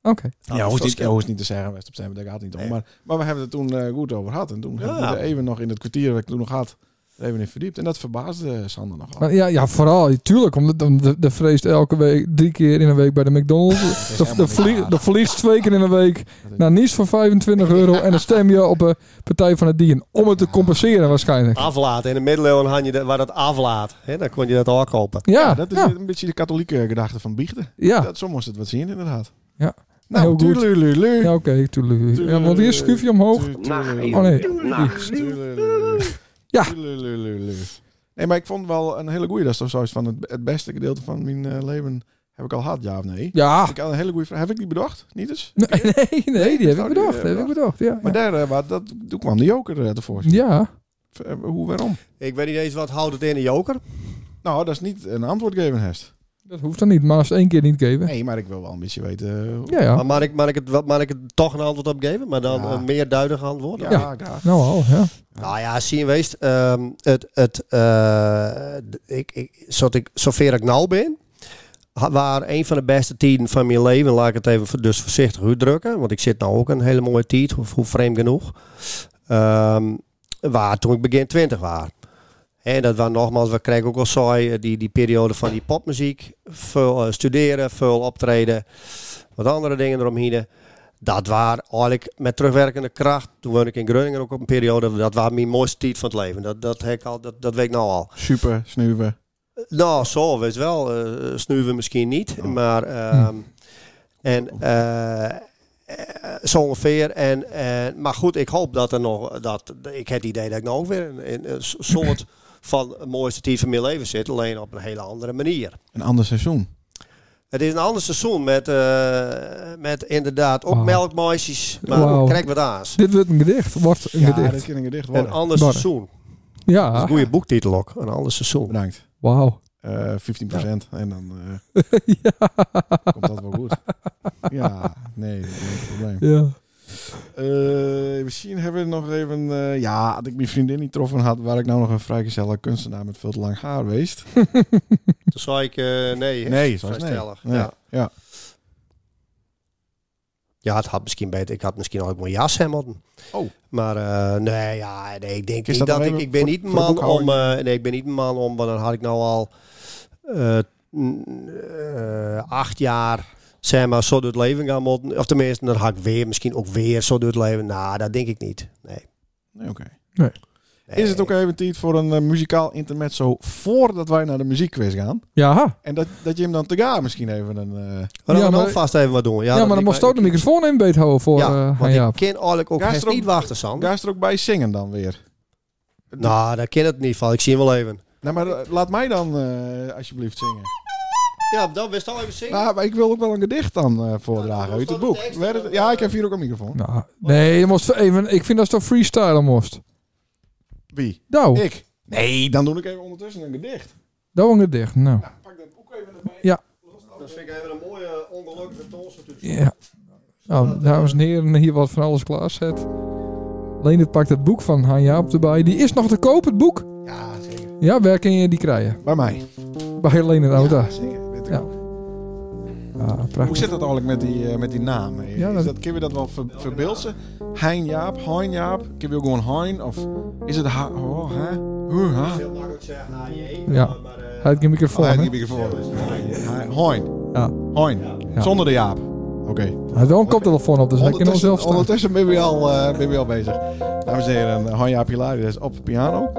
[SPEAKER 2] Oké.
[SPEAKER 1] Het had
[SPEAKER 3] ja,
[SPEAKER 1] veel
[SPEAKER 3] hoeft niet, ja,
[SPEAKER 1] scheeld.
[SPEAKER 3] hoeft niet te zeggen, West op zijn dat gaat niet om.
[SPEAKER 1] Nee.
[SPEAKER 3] Maar, maar we hebben het toen eh, goed over gehad. En toen
[SPEAKER 1] Ja.
[SPEAKER 3] hebben we er even nog in het kwartier dat ik toen nog had, er even in verdiept. En dat verbaasde Sander nogal.
[SPEAKER 2] Maar Oh, ja, ja, vooral, tuurlijk. Omdat omdat de, de vreest elke week drie keer in een week bij de McDonald's. De,
[SPEAKER 3] helemaal
[SPEAKER 2] de,
[SPEAKER 3] niet
[SPEAKER 2] vlie-
[SPEAKER 3] waar.
[SPEAKER 2] de vliegt twee keer in een week naar Nice voor 25 euro. En dan stem je op een Partij van het Dieren. Om het te compenseren waarschijnlijk.
[SPEAKER 1] Aflaat. In de middeleeuwen had je dat, waar dat aflaat. Hè, dan kon je dat ook kopen.
[SPEAKER 2] Ja,
[SPEAKER 3] dat is
[SPEAKER 2] ja,
[SPEAKER 3] een beetje de katholieke gedachte van biechten.
[SPEAKER 2] ja.
[SPEAKER 3] Dat, zo moest het wat zien, inderdaad.
[SPEAKER 2] Ja.
[SPEAKER 3] Nou,
[SPEAKER 2] Heel goed.
[SPEAKER 3] tuurlululu.
[SPEAKER 2] Ja, oké, tuurlijk.
[SPEAKER 3] Tuurlijk.
[SPEAKER 2] Ja, want hier schuif je omhoog.
[SPEAKER 3] Tu-
[SPEAKER 4] Nacht
[SPEAKER 1] Nou,
[SPEAKER 3] tuurlululu.
[SPEAKER 2] Oh, nee.
[SPEAKER 4] evenbeeld. Nacht.
[SPEAKER 3] Tuurlululu.
[SPEAKER 2] Ja.
[SPEAKER 3] Tuurlululu. Nee, maar ik vond wel een hele goeie. Dat is toch zoiets van het, het beste gedeelte van mijn eh, leven heb ik al gehad, ja of nee?
[SPEAKER 2] Ja.
[SPEAKER 3] Ik had een hele goede vraag. Heb ik die bedacht? Niet eens?
[SPEAKER 2] Nee, nee, nee, die heb ik
[SPEAKER 3] die
[SPEAKER 2] bedacht.
[SPEAKER 3] heb
[SPEAKER 2] Die heb ik bedacht, ja.
[SPEAKER 3] Maar
[SPEAKER 2] ja.
[SPEAKER 3] daar, eh, wa- dat, toen kwam de joker eh, tevoorschijn.
[SPEAKER 2] Ja,
[SPEAKER 3] V- eh, Hoe, waarom?
[SPEAKER 1] Ik weet niet eens wat houdt het in een joker.
[SPEAKER 3] Nou, dat is niet een antwoord geven, Hest.
[SPEAKER 2] dat hoeft dan niet. Maar als ze één keer niet geven.
[SPEAKER 3] Nee, maar ik wil wel een beetje weten... eh, hoe-
[SPEAKER 2] Ja, ja.
[SPEAKER 1] Maar mag ik, mag, ik het, wel- mag ik het toch een antwoord op geven? Maar dan
[SPEAKER 3] Ja.
[SPEAKER 1] een meer duidelijk antwoord?
[SPEAKER 3] ja,
[SPEAKER 2] Ja.
[SPEAKER 3] graag.
[SPEAKER 2] Nou al, ja.
[SPEAKER 1] Nou ja, zie je weest. ehm, het, het, eh, d- ik, ik, zodat ik, zover ik nou ben, ha- waren een van de beste tijden van mijn leven. Laat ik het even v- dus voorzichtig uitdrukken. Want ik zit nou ook een hele mooie tijd, hoe, hoe vreemd genoeg. Ehm, waar toen ik begin 20 was. En dat was nogmaals, we kregen ook al saai, eh, die, die periode van die popmuziek. Veel eh, studeren, veel optreden, wat andere dingen eromheen. Dat waren eigenlijk met terugwerkende kracht. Toen woonde ik in Groningen ook op een periode. Dat was mijn mooiste tijd van het leven. Dat, dat, heb ik al, dat, dat weet ik nou al.
[SPEAKER 3] Super, snuiven.
[SPEAKER 1] Nou, zo wees wel. eh snuiven misschien niet,
[SPEAKER 3] Oh.
[SPEAKER 1] maar ehm, en eh, eh, zo ongeveer. En, en maar goed, ik hoop dat er nog dat ik heb het idee dat ik nou ook weer een, een, een soort van het mooiste team van mijn leven zit, alleen op een hele andere manier.
[SPEAKER 3] Een ander seizoen.
[SPEAKER 1] Het is een ander seizoen met, eh, met inderdaad ook
[SPEAKER 2] Wauw.
[SPEAKER 1] melkmeisjes, maar
[SPEAKER 2] Wauw.
[SPEAKER 1] krijg wat aans.
[SPEAKER 2] Dit wordt een gedicht. Wordt een
[SPEAKER 3] Ja, dat
[SPEAKER 2] gedicht.
[SPEAKER 3] kan een gedicht worden.
[SPEAKER 1] Een ander
[SPEAKER 2] Barre.
[SPEAKER 1] seizoen. Dat is
[SPEAKER 2] Ja.
[SPEAKER 1] een goede boektitel ook. Een ander seizoen.
[SPEAKER 3] Bedankt.
[SPEAKER 2] Wauw.
[SPEAKER 3] Eh 15 En dan eh, komt dat wel goed. Ja, nee, dat is geen probleem.
[SPEAKER 2] Ja.
[SPEAKER 3] Eh, misschien hebben we nog even... eh, ja, had ik mijn vriendin niet getroffen had... waar ik nou nog een vrijgezelle kunstenaar met veel te lang haar geweest.
[SPEAKER 1] Toen zei ik eh, nee. hè.
[SPEAKER 3] Nee, zoals
[SPEAKER 1] Vrij
[SPEAKER 3] nee.
[SPEAKER 1] stellig,
[SPEAKER 3] Nee,
[SPEAKER 1] ja.
[SPEAKER 3] ja.
[SPEAKER 1] Ja, het had misschien beter. Ik had misschien ook mijn jas hem moeten.
[SPEAKER 3] Oh.
[SPEAKER 1] Maar eh, nee, ja, nee, ik denk
[SPEAKER 3] Is
[SPEAKER 1] niet dat
[SPEAKER 3] dat nog
[SPEAKER 1] ik.
[SPEAKER 3] even
[SPEAKER 1] Ik ben
[SPEAKER 3] voor-
[SPEAKER 1] niet een
[SPEAKER 3] voor de
[SPEAKER 1] man om.
[SPEAKER 3] boekhouding?
[SPEAKER 1] eh, nee, ik ben niet een man om. Want dan had ik nou al eh, n- eh, acht jaar. Zeg maar, zo door het leven gaan moeten. Of tenminste, dan had ik weer, misschien ook weer zo door het leven. Nou, dat denk ik niet. Nee.
[SPEAKER 3] Nee, oké.
[SPEAKER 1] Nee.
[SPEAKER 3] Is het ook even tijd voor een eh, muzikaal intermezzo... voordat wij naar de muziekquiz gaan?
[SPEAKER 2] Ja.
[SPEAKER 3] En dat, dat je hem dan te gaan misschien even een... eh,
[SPEAKER 1] Maar dan
[SPEAKER 2] Ja,
[SPEAKER 1] gaan we
[SPEAKER 2] maar-
[SPEAKER 1] vast even wat doen. Ja,
[SPEAKER 2] Ja, maar dan
[SPEAKER 1] ik-
[SPEAKER 2] moest ook de
[SPEAKER 1] ik-
[SPEAKER 2] microfoon in beet houden voor
[SPEAKER 1] Ja,
[SPEAKER 2] eh,
[SPEAKER 1] want
[SPEAKER 2] Han Jaap.
[SPEAKER 1] ik ken eigenlijk ook
[SPEAKER 3] Ga je
[SPEAKER 1] echt
[SPEAKER 3] er ook-
[SPEAKER 1] niet wachten, Sam.
[SPEAKER 3] Ga je er ook bij zingen dan weer?
[SPEAKER 1] Nou, dat ken het in ieder geval. Ik zie hem wel even.
[SPEAKER 3] Nou, maar eh, laat mij dan eh, alsjeblieft zingen.
[SPEAKER 1] Ja, dan wist al even zingen.
[SPEAKER 3] Nou, maar ik wil ook wel een gedicht dan eh,
[SPEAKER 1] Ja,
[SPEAKER 3] voordragen
[SPEAKER 1] dat
[SPEAKER 3] uit het
[SPEAKER 1] is wel
[SPEAKER 3] boek.
[SPEAKER 1] de tekst. eh.
[SPEAKER 3] Werd het- Ja, ik heb hier ook een microfoon.
[SPEAKER 2] Nou, nee, je moest even, ik vind dat je toch freestyle moest.
[SPEAKER 3] Wie?
[SPEAKER 2] Nou,
[SPEAKER 3] Ik. Nee, dan doe ik even ondertussen een gedicht.
[SPEAKER 2] dat was het dicht. Nou,
[SPEAKER 3] Pak dat boek even erbij.
[SPEAKER 1] Dat vind ik even een mooie, eh, ongelukkige toons natuurlijk.
[SPEAKER 2] ja. Nou, dames en heren, hier wat van alles klaarzet. Leendert pakt het boek van Han Jaap erbij. Die is nog te koop, het boek.
[SPEAKER 3] Ja, zeker.
[SPEAKER 2] Ja, waar kun je die krijgen?
[SPEAKER 3] Bij mij.
[SPEAKER 2] Bij Leendert Ouda.
[SPEAKER 3] Ja, zeker. Weet ik
[SPEAKER 2] Ja.
[SPEAKER 3] wel.
[SPEAKER 2] Ja,
[SPEAKER 3] Hoe
[SPEAKER 2] prachtig.
[SPEAKER 3] zit dat eigenlijk met die, eh, met die naam?
[SPEAKER 2] Ja,
[SPEAKER 3] is
[SPEAKER 2] dat-
[SPEAKER 3] dat, kun je dat wel ver, verbeelden? Hein Jaap, Hein Jaap. Kun je ook gewoon Hein? Of is het Ha... Oh, hè? Huh, ha?
[SPEAKER 1] Heel makkelijk zeggen, ah jee.
[SPEAKER 2] Ja.
[SPEAKER 1] Maar, eh,
[SPEAKER 2] Hij heeft geen microfoon,
[SPEAKER 3] Oh,
[SPEAKER 2] hè?
[SPEAKER 3] hij
[SPEAKER 2] Hij
[SPEAKER 3] heb ik ervoor. Hein. Hein.
[SPEAKER 2] Ja.
[SPEAKER 3] Hein.
[SPEAKER 2] Ja.
[SPEAKER 3] Zonder de Jaap. Oké.
[SPEAKER 2] heeft wel een koptelefoon op, dus hij kan hem zelf
[SPEAKER 3] Ondertussen,
[SPEAKER 2] staan.
[SPEAKER 3] ondertussen ben, je al, eh, ben je al bezig. Dames en heren, Han Jaap Hilarius op piano.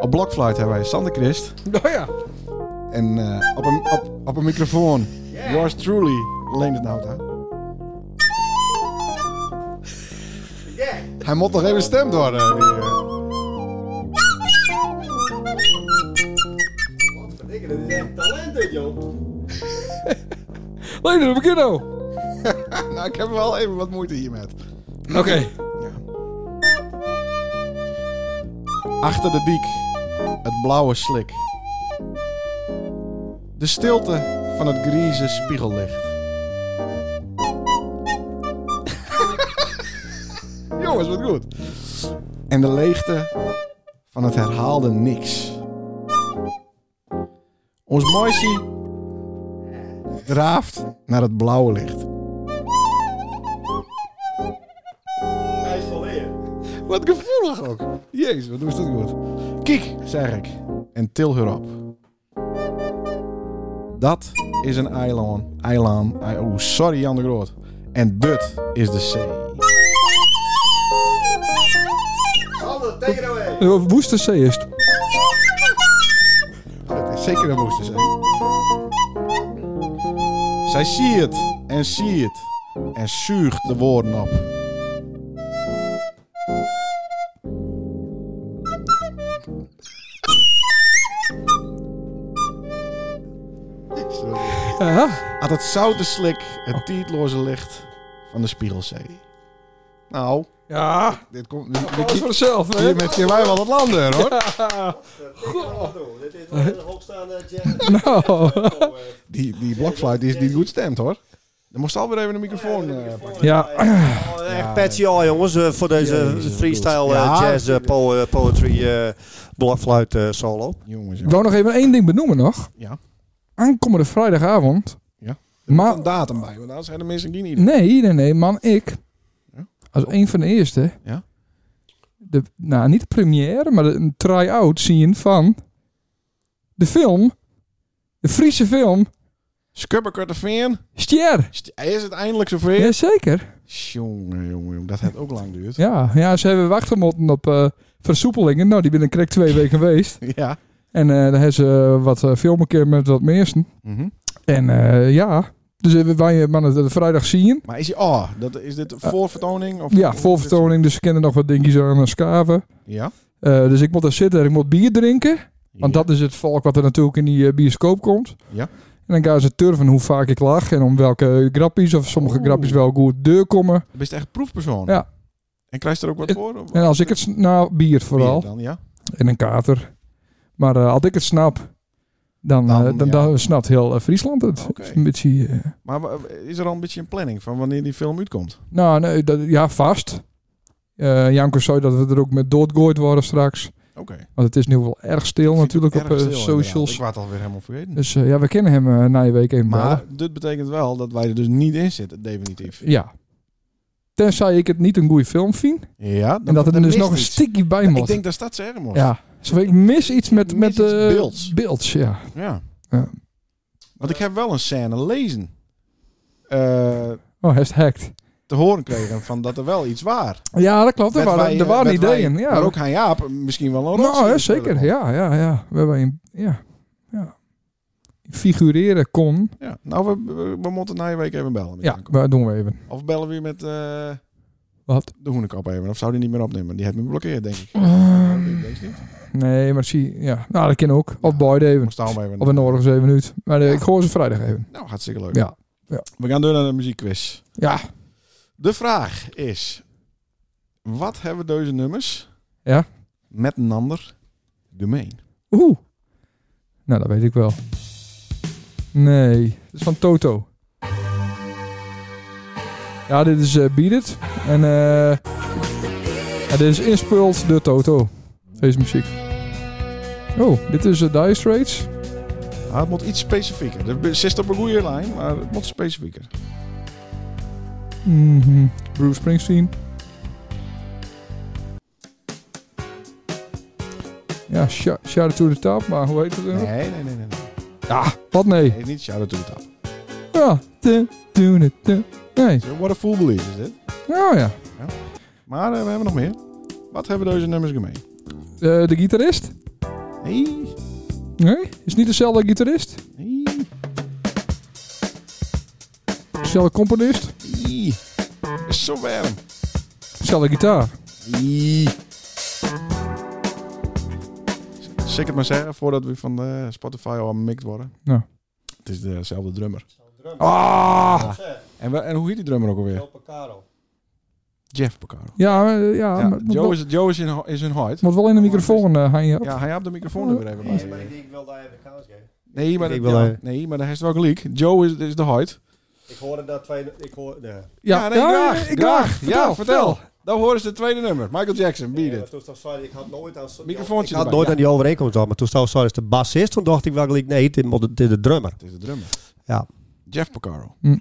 [SPEAKER 3] Op blokfluit hebben wij Sander Christ.
[SPEAKER 2] Nou ja.
[SPEAKER 3] En eh, op, een, op, op een microfoon, yours truly, Leendert Nauta. Hij moet nog even stemd worden. Die, eh.
[SPEAKER 1] dat is echt talent dit, joh.
[SPEAKER 2] Leendert, begin nou.
[SPEAKER 3] nou, ik heb wel even wat moeite hiermee.
[SPEAKER 2] Oké.
[SPEAKER 3] Achter de diek, het blauwe slik. De stilte van het grieze spiegellicht. Jongens, wat goed. En de leegte van het herhaalde niks. Ons mooisie draaft naar het blauwe licht.
[SPEAKER 1] Hij is van leer.
[SPEAKER 3] Wat gevoelig ook. Jezus, wat is dat goed. Kijk, zeg ik. En til haar op. Dat is een eiland. Eiland. ei- Oeh, sorry Jan de Groot. En dit is de zee.
[SPEAKER 1] Sander, take it away.
[SPEAKER 2] De woeste zee is het.
[SPEAKER 3] Dat is zeker een woeste zee. Zij ziet het en ziet het en zuigt de woorden op. Sorry.
[SPEAKER 2] Ja.
[SPEAKER 3] Had het zoute slik, het tijdloze licht van de Spiegelzee. Nou,
[SPEAKER 2] Ja.
[SPEAKER 3] dit komt. Dit,
[SPEAKER 2] Dat is
[SPEAKER 3] dit,
[SPEAKER 2] voor zelf, hè?
[SPEAKER 3] hier met je wij wel het landen hoor.
[SPEAKER 1] Dit is wel een hoogstaande jazz. Oh, eh,
[SPEAKER 2] Nou.
[SPEAKER 3] Die, die blokfluit die is niet goed stemt hoor. Dan moest alweer even de microfoon eh, pakken.
[SPEAKER 2] Ja.
[SPEAKER 1] Echt Patsy All, jongens, eh, voor deze
[SPEAKER 3] Jezus,
[SPEAKER 1] freestyle
[SPEAKER 3] goed.
[SPEAKER 1] eh,
[SPEAKER 3] Ja.
[SPEAKER 1] jazz eh, po- eh, poetry eh blokfluit eh, solo.
[SPEAKER 3] Jongens,
[SPEAKER 2] Ik
[SPEAKER 3] jongens.
[SPEAKER 2] wou nog even één ding benoemen nog.
[SPEAKER 3] Ja.
[SPEAKER 2] Aankomende vrijdagavond.
[SPEAKER 3] Ja.
[SPEAKER 2] Maar,
[SPEAKER 3] een datum bij, want anders zijn de mensen die niet.
[SPEAKER 2] nee, nee, nee, man, ik.
[SPEAKER 3] Ja?
[SPEAKER 2] Als een van de eerste.
[SPEAKER 3] Ja?
[SPEAKER 2] De, nou, niet de première, maar de, een try-out zien van de film. De Friese film. Hm?
[SPEAKER 3] Skubberkut de fan.
[SPEAKER 2] Stier.
[SPEAKER 3] Is het eindelijk zover?
[SPEAKER 2] Jazeker.
[SPEAKER 3] Jongen, jongen, jongen, dat heeft ook lang duurt.
[SPEAKER 2] Ja, ja, ze hebben wachten moeten op eh, versoepelingen. Nou, die ben ik correct twee weken geweest.
[SPEAKER 3] Ja.
[SPEAKER 2] En eh daar hebben ze eh, wat eh, filmen keer met wat mensen.
[SPEAKER 3] Mhm.
[SPEAKER 2] En eh, ja, dus eh, wij mannen het vrijdag zien.
[SPEAKER 3] Maar is, die, oh, dat, is dit voorvertoning? Of,
[SPEAKER 2] Ja, voorvertoning, dus ze kennen nog wat dingetjes aan eh, schaven.
[SPEAKER 3] Ja.
[SPEAKER 2] Eh, dus ik moet daar zitten en ik moet bier drinken. Want dat is het volk wat er natuurlijk in die eh, bioscoop komt.
[SPEAKER 3] Ja.
[SPEAKER 2] En dan gaan ze turven hoe vaak ik lach en om welke grappies of sommige
[SPEAKER 3] Oeh.
[SPEAKER 2] grappies wel goed deur komen.
[SPEAKER 3] Je bent echt een proefpersoon.
[SPEAKER 2] Ja.
[SPEAKER 3] En krijg je er ook wat
[SPEAKER 2] En-
[SPEAKER 3] voor? Of-
[SPEAKER 2] En als ik het, sn- nou bier vooral.
[SPEAKER 3] Dan, ja.
[SPEAKER 2] En een kater. Maar eh, als ik het snap, dan,
[SPEAKER 3] Dan,
[SPEAKER 2] eh, dan,
[SPEAKER 3] ja.
[SPEAKER 2] dan snapt heel eh, Friesland het.
[SPEAKER 3] Oké.
[SPEAKER 2] Is een beetje, eh,
[SPEAKER 3] Maar wa- is er al een beetje een planning van wanneer die film uitkomt?
[SPEAKER 2] nou, nee, dat, ja, vast. Eh Janko zei dat we er ook met doodgooid worden straks.
[SPEAKER 3] Oké.
[SPEAKER 2] Want het is nu wel erg stil natuurlijk op eh, socials.
[SPEAKER 3] Ik was het alweer helemaal vergeten.
[SPEAKER 2] Dus eh, ja, we kennen hem eh, na je week even
[SPEAKER 3] maar
[SPEAKER 2] bellen.
[SPEAKER 3] dit betekent wel dat wij er dus niet in zitten, definitief.
[SPEAKER 2] Ja. Tenzij ik het niet een goede film vind.
[SPEAKER 3] Ja,
[SPEAKER 2] en dat er
[SPEAKER 3] dan
[SPEAKER 2] dus
[SPEAKER 3] mist
[SPEAKER 2] nog een
[SPEAKER 3] iets.
[SPEAKER 2] sticky bij
[SPEAKER 3] Ik
[SPEAKER 2] moet.
[SPEAKER 3] denk dat dat zeggen moet.
[SPEAKER 2] ja. Zo, ik mis iets met...
[SPEAKER 3] Ik
[SPEAKER 2] met
[SPEAKER 3] mis iets
[SPEAKER 2] eh,
[SPEAKER 3] beelds.
[SPEAKER 2] beelds, ja.
[SPEAKER 3] Ja.
[SPEAKER 2] Ja.
[SPEAKER 3] Want ik heb wel een scène lezen. Eh,
[SPEAKER 2] Oh, hij is hacked.
[SPEAKER 3] te horen kregen van dat er wel iets waar.
[SPEAKER 2] Ja, dat klopt. Er
[SPEAKER 3] Werd
[SPEAKER 2] waren,
[SPEAKER 3] wij,
[SPEAKER 2] er
[SPEAKER 3] eh,
[SPEAKER 2] waren
[SPEAKER 3] werd wij-
[SPEAKER 2] ideeën. ja,
[SPEAKER 3] Maar ook aan Jaap eh, misschien wel een rotzooi
[SPEAKER 2] Nou, hè,
[SPEAKER 3] natuurlijk
[SPEAKER 2] zeker.
[SPEAKER 3] wel.
[SPEAKER 2] Ja, ja, ja. We hebben een... Ja. ja. Figureren kon.
[SPEAKER 3] Ja. Nou, we, we, we moeten na je week even bellen. met
[SPEAKER 2] Ja,
[SPEAKER 3] Janko.
[SPEAKER 2] maar doen we even.
[SPEAKER 3] Of bellen we met eh,
[SPEAKER 2] Wat?
[SPEAKER 3] de hoenekap even. Of zou die niet meer opnemen? Die heeft me geblokkeerd, denk ik.
[SPEAKER 2] Mm.
[SPEAKER 3] ik denk het niet.
[SPEAKER 2] nee, maar zie... Ja. Nou, dat kan ook. Of beide even.
[SPEAKER 3] Moest daarom even.
[SPEAKER 2] Of een oorlog zeven minuten. Maar eh, ik hoor ze vrijdag even.
[SPEAKER 3] Nou, hartstikke leuk.
[SPEAKER 2] Ja.
[SPEAKER 3] We gaan door naar de muziekquiz.
[SPEAKER 2] Ja.
[SPEAKER 3] De vraag is... Wat hebben deze nummers...
[SPEAKER 2] Ja.
[SPEAKER 3] Met een ander gemeen?
[SPEAKER 2] Oeh. Nou, dat weet ik wel. Nee, dat is van Toto. Ja, dit is eh Beat It. En eh ja, dit is inspult door Toto. Deze muziek. Oh, dit is eh, Dire Straits.
[SPEAKER 3] Ah, het moet iets specifieker. Het zit op een goede lijn, maar het moet specifieker.
[SPEAKER 2] Mhm. Bruce Springsteen. Ja, Sh- Shout It To The Top, maar hoe heet het?
[SPEAKER 3] Nee,
[SPEAKER 2] nummer?
[SPEAKER 3] nee, nee. nee, nee.
[SPEAKER 2] Ja, wat nee? Ah,
[SPEAKER 3] Nee, niet Shout Out To The Top.
[SPEAKER 2] Ja, te, doen het, te- nee.
[SPEAKER 3] So, What a Fool Believes is dit.
[SPEAKER 2] Oh ja.
[SPEAKER 3] Maar eh, we hebben nog meer. Wat hebben deze nummers gemeen?
[SPEAKER 2] Eh, de gitarist?
[SPEAKER 3] Nee,
[SPEAKER 2] Nee. Is niet dezelfde gitarist?
[SPEAKER 3] nee,
[SPEAKER 2] Dezelfde componist?
[SPEAKER 3] nee. Is zo warm.
[SPEAKER 2] Dezelfde gitaar?
[SPEAKER 3] Nee. Z- Zeg het maar zeggen voordat we van de Spotify al mikt worden.
[SPEAKER 2] Ja.
[SPEAKER 3] Het is dezelfde drummer.
[SPEAKER 1] Nou,
[SPEAKER 2] Ah!
[SPEAKER 3] En, we- en hoe heet die drummer ook alweer? Jeff Picaro.
[SPEAKER 2] Ja, eh, ja.
[SPEAKER 3] Ja,
[SPEAKER 2] maar het moet,
[SPEAKER 3] Joe
[SPEAKER 2] wel,
[SPEAKER 3] is, Joe is in, ho- is in hard.
[SPEAKER 2] moet wel in de microfoon eh hangen. Ja.
[SPEAKER 3] Ja, hij heeft de microfoon er weer even bij.
[SPEAKER 1] ik wil daar even de kans geven.
[SPEAKER 3] Nee, maar,
[SPEAKER 1] Ik
[SPEAKER 3] dat-
[SPEAKER 1] wil,
[SPEAKER 3] ja,
[SPEAKER 1] eh,
[SPEAKER 3] nee, maar daar heeft wel gelijk. Joe is, is de hard.
[SPEAKER 1] Ik hoorde dat twee... Ik hoor, nee.
[SPEAKER 3] Ja, nee, graag,
[SPEAKER 2] ik
[SPEAKER 3] graag. Ja,
[SPEAKER 2] Vertel,
[SPEAKER 3] vertel. Dan horen ze het tweede nummer. Michael Jackson, beat it.
[SPEAKER 1] ik had nooit aan...
[SPEAKER 3] Microfoontje
[SPEAKER 1] Ik had
[SPEAKER 3] erbij.
[SPEAKER 1] nooit aan die overeenkomst gehad, maar toen stond sorry, is de bassist. Toen dacht ik wel gelijk, nee, dit moet dit is de drummer.
[SPEAKER 3] Het is de drummer.
[SPEAKER 1] Ja.
[SPEAKER 3] Jeff Porcaro.
[SPEAKER 2] Hm.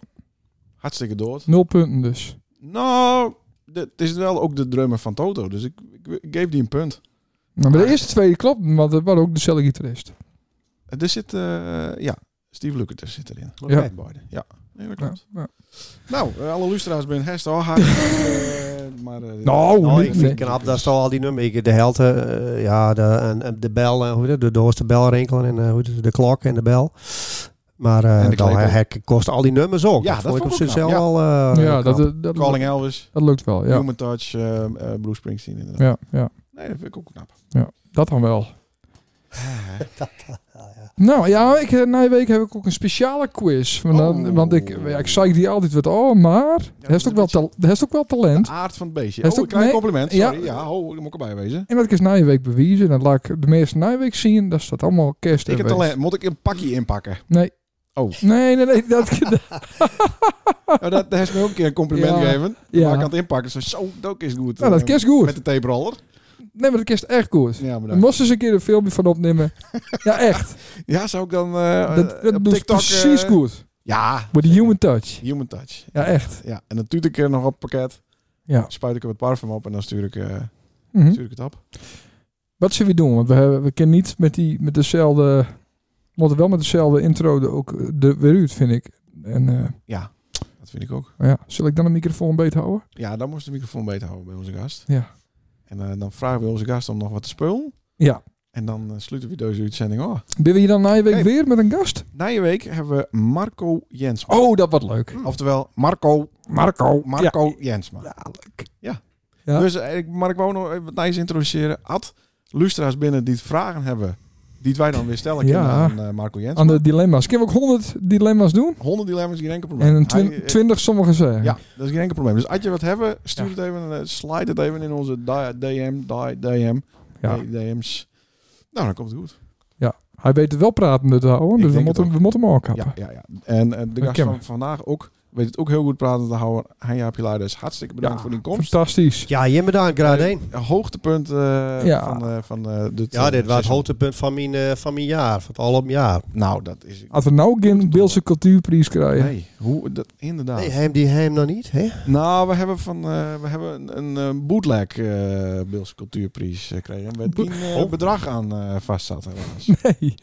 [SPEAKER 3] Hartstikke dood.
[SPEAKER 2] Nul punten dus.
[SPEAKER 3] Nou, de- het is wel ook de drummer van Toto. Dus ik, ik, ik geef die een punt.
[SPEAKER 2] Nou, maar de eerste twee klopt, want het was ook dezelfde gitarist.
[SPEAKER 3] Er zit, eh, ja, Steve Lukather zit erin.
[SPEAKER 2] Ja.
[SPEAKER 3] Beide. Ja, nee, dat
[SPEAKER 2] Ja,
[SPEAKER 3] klopt.
[SPEAKER 2] ja.
[SPEAKER 3] Nou, eh, alle luisteraars ben hersen al hard. Eh, maar, eh,
[SPEAKER 2] Nou,
[SPEAKER 1] Nou,
[SPEAKER 2] niet,
[SPEAKER 1] ik vind
[SPEAKER 2] nee.
[SPEAKER 1] het knap, daar staan al die nummers. Ik- De held, eh, ja, de, en, en de bel, eh, hoe heet het, de doos, de bel rinkelen en eh, hoe heet het, de klok en de bel. Maar eh,
[SPEAKER 3] En de
[SPEAKER 1] dan,
[SPEAKER 3] klepel.
[SPEAKER 1] hij, hij kost al die nummers ook.
[SPEAKER 3] Ja, dat
[SPEAKER 1] vond ik
[SPEAKER 3] vond
[SPEAKER 1] op
[SPEAKER 3] ik ook
[SPEAKER 1] zichzelf eh,
[SPEAKER 3] knap,
[SPEAKER 1] al.
[SPEAKER 2] ja, dat, dat, dat,
[SPEAKER 3] Eh, Calling
[SPEAKER 2] lukt,
[SPEAKER 3] Elvis,
[SPEAKER 2] dat lukt wel. Ja.
[SPEAKER 3] Human Touch, eh eh, Bruce Springsteen inderdaad.
[SPEAKER 2] Ja, ja,
[SPEAKER 3] Nee, dat vind ik ook knap.
[SPEAKER 2] dat dan wel.
[SPEAKER 3] Ah,
[SPEAKER 2] Nou ja, ik, eh, na je week heb ik ook een speciale quiz. Want, dan-
[SPEAKER 3] Oh.
[SPEAKER 2] want ik, ja, ik zei die altijd wat, oh, maar.
[SPEAKER 3] dat
[SPEAKER 2] Hij
[SPEAKER 3] is
[SPEAKER 2] heeft ook,
[SPEAKER 3] een
[SPEAKER 2] wel
[SPEAKER 3] beetje-
[SPEAKER 2] tal- hij heeft ook wel talent.
[SPEAKER 3] De aard van het beestje.
[SPEAKER 2] Hij is
[SPEAKER 3] Oh, ik
[SPEAKER 2] ook-
[SPEAKER 3] krijg een
[SPEAKER 2] nee,
[SPEAKER 3] compliment.
[SPEAKER 2] ja.
[SPEAKER 3] Sorry, ja, ho, ik moet ik erbij wezen.
[SPEAKER 2] En dat ik eens na je week bewijzen. En laat ik de meeste na je week zien. Dat staat allemaal kerst.
[SPEAKER 3] Ik
[SPEAKER 2] en
[SPEAKER 3] heb
[SPEAKER 2] weet.
[SPEAKER 3] talent. Moet ik een pakje inpakken?
[SPEAKER 2] Nee.
[SPEAKER 3] Oh.
[SPEAKER 2] Nee, nee, nee. Dat, dat-
[SPEAKER 3] Nou, dat heeft me ook een keer een compliment
[SPEAKER 2] Ja.
[SPEAKER 3] gegeven.
[SPEAKER 2] Ja.
[SPEAKER 3] Maar ik kan het inpakken. Zo, zo dat is goed.
[SPEAKER 2] nou, dat
[SPEAKER 3] Eh,
[SPEAKER 2] kerst goed.
[SPEAKER 3] Met de taperoller.
[SPEAKER 2] Nee, maar dat kerst echt goed.
[SPEAKER 3] Ja,
[SPEAKER 2] Daar
[SPEAKER 3] bedankt.
[SPEAKER 2] moesten ze een keer een filmpje van opnemen. ja, echt.
[SPEAKER 3] Ja, zou ik dan eh
[SPEAKER 2] Dat,
[SPEAKER 3] op
[SPEAKER 2] dat doet
[SPEAKER 3] TikTok... eh,
[SPEAKER 2] precies goed.
[SPEAKER 3] Ja,
[SPEAKER 2] With the human touch.
[SPEAKER 3] human touch.
[SPEAKER 2] Ja, echt.
[SPEAKER 3] Ja, en dan tuut ik er nog op het pakket.
[SPEAKER 2] Ja.
[SPEAKER 3] Spuit ik er wat parfum op en dan stuur ik, eh,
[SPEAKER 2] Mhm.
[SPEAKER 3] stuur ik het op.
[SPEAKER 2] Wat zullen we doen? Want we, hebben, we kunnen niet met, die, met dezelfde... We moeten wel met dezelfde intro de, ook eh, de, weer uit, vind ik. En eh,
[SPEAKER 3] Ja, dat vind ik ook.
[SPEAKER 2] maar ja, zal ik dan de microfoon beter houden?
[SPEAKER 3] Ja, dan moest de microfoon beter houden bij onze gast.
[SPEAKER 2] Ja.
[SPEAKER 3] En eh, dan vragen we onze gast om nog wat te spullen.
[SPEAKER 2] Ja.
[SPEAKER 3] En dan eh, sluiten we deze uitzending af.
[SPEAKER 2] Ben we hier dan na je week
[SPEAKER 3] Nee.
[SPEAKER 2] weer met een gast?
[SPEAKER 3] Na je week hebben we Marco Jensma.
[SPEAKER 2] Oh, dat wordt leuk.
[SPEAKER 3] Oftewel, Marco,
[SPEAKER 2] Marco.
[SPEAKER 3] Marco Jensma.
[SPEAKER 2] Ja, leuk.
[SPEAKER 3] Ja.
[SPEAKER 2] Ja.
[SPEAKER 3] Dus eh, ik, maar ik wou nog even Nijs introduceren. Ad, luisteraars binnen die vragen hebben. Die wij dan weer stellen
[SPEAKER 2] Ja.
[SPEAKER 3] kunnen aan eh, Marco Jens.
[SPEAKER 2] Aan de dilemma's. Kunnen we ook 100 dilemma's doen?
[SPEAKER 3] 100 dilemma's is geen enkel probleem.
[SPEAKER 2] En een
[SPEAKER 3] Hij- eh,
[SPEAKER 2] twin- 20 sommige zeggen.
[SPEAKER 3] Ja, dat is geen enkel probleem. Dus als je wat hebben, stuur het even, eh, slide het even in onze di- DM, di- DM,
[SPEAKER 2] Ja.
[SPEAKER 3] nee, DM's. Nou, dan komt het goed.
[SPEAKER 2] Hij weet het wel pratende te houden,
[SPEAKER 3] Ik
[SPEAKER 2] dus we
[SPEAKER 3] denk het
[SPEAKER 2] moeten, we moeten hem ook
[SPEAKER 3] Ja,
[SPEAKER 2] kappen.
[SPEAKER 3] ja, ja. En eh, de
[SPEAKER 2] Ik
[SPEAKER 3] gast
[SPEAKER 2] ken
[SPEAKER 3] van
[SPEAKER 2] hem.
[SPEAKER 3] vandaag ook weet het ook heel goed praten te houden. Hanja Pilaris, dus hartstikke bedankt
[SPEAKER 2] Ja,
[SPEAKER 3] voor die komst.
[SPEAKER 2] Fantastisch.
[SPEAKER 1] Ja, hier bedankt, graad 1.
[SPEAKER 3] Hoogtepunt eh,
[SPEAKER 2] Ja.
[SPEAKER 3] van, eh, van eh, dit,
[SPEAKER 1] Ja, dit was
[SPEAKER 3] eh,
[SPEAKER 1] het
[SPEAKER 3] seizoen.
[SPEAKER 1] hoogtepunt van mijn, eh, van mijn jaar. Van het al op mijn jaar.
[SPEAKER 3] Nou, dat is...
[SPEAKER 2] Als we nou geen Beelse cultuurprijs krijgen.
[SPEAKER 3] Nee, hoe, dat, inderdaad.
[SPEAKER 1] Nee, hem die hem nog niet, hè?
[SPEAKER 3] Nou, we hebben, van, eh, we hebben een, een eh, bootleg eh Beelse Cultuurprijs eh, gekregen. Waar
[SPEAKER 2] Bo-
[SPEAKER 3] tien eh,
[SPEAKER 1] Oh.
[SPEAKER 3] bedrag aan eh vast zat helaas.
[SPEAKER 2] Nee.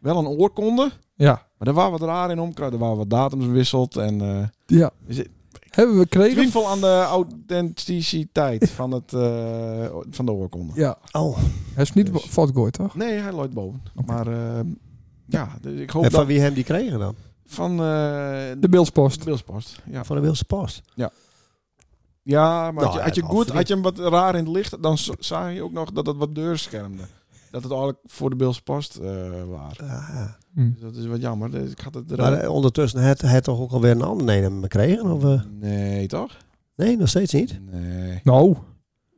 [SPEAKER 3] Wel een oorkonde,
[SPEAKER 2] Ja.
[SPEAKER 3] maar daar waren wat raar in omkruid. Er waren wat datums wisseld en... eh
[SPEAKER 2] ja.
[SPEAKER 3] Is het-
[SPEAKER 2] Hebben we gekregen?
[SPEAKER 3] twijfel aan de authenticiteit van, het, eh, van de oorkonde.
[SPEAKER 2] Ja.
[SPEAKER 1] Oh,
[SPEAKER 2] Hij is niet
[SPEAKER 3] Dus-
[SPEAKER 2] dus. Gooi, toch?
[SPEAKER 3] Nee, hij loopt boven.
[SPEAKER 2] Oké.
[SPEAKER 3] Maar eh, ja, dus ik hoop
[SPEAKER 1] en
[SPEAKER 3] dat...
[SPEAKER 1] van wie hem die kregen dan?
[SPEAKER 3] Van eh,
[SPEAKER 2] De Beelspost.
[SPEAKER 3] Beelspost, ja.
[SPEAKER 1] Van de Wilse Post.
[SPEAKER 3] Ja, maar
[SPEAKER 1] Nou,
[SPEAKER 3] had je,
[SPEAKER 1] ja,
[SPEAKER 3] had je
[SPEAKER 1] het
[SPEAKER 3] goed,
[SPEAKER 1] halve
[SPEAKER 3] had je hem wat raar in het licht, dan z- zag je ook nog dat het wat deurschermde. Dat het eigenlijk voor de Bills past eh waren.
[SPEAKER 1] Ah,
[SPEAKER 2] Hm.
[SPEAKER 3] Dus dat is wat jammer. Dus ik had het
[SPEAKER 1] maar
[SPEAKER 3] eruit.
[SPEAKER 1] eh, ondertussen had hij toch ook alweer een ander een hem gekregen? Of, eh?
[SPEAKER 3] Nee, toch?
[SPEAKER 1] nee, nog steeds niet.
[SPEAKER 3] Nee.
[SPEAKER 2] Nou,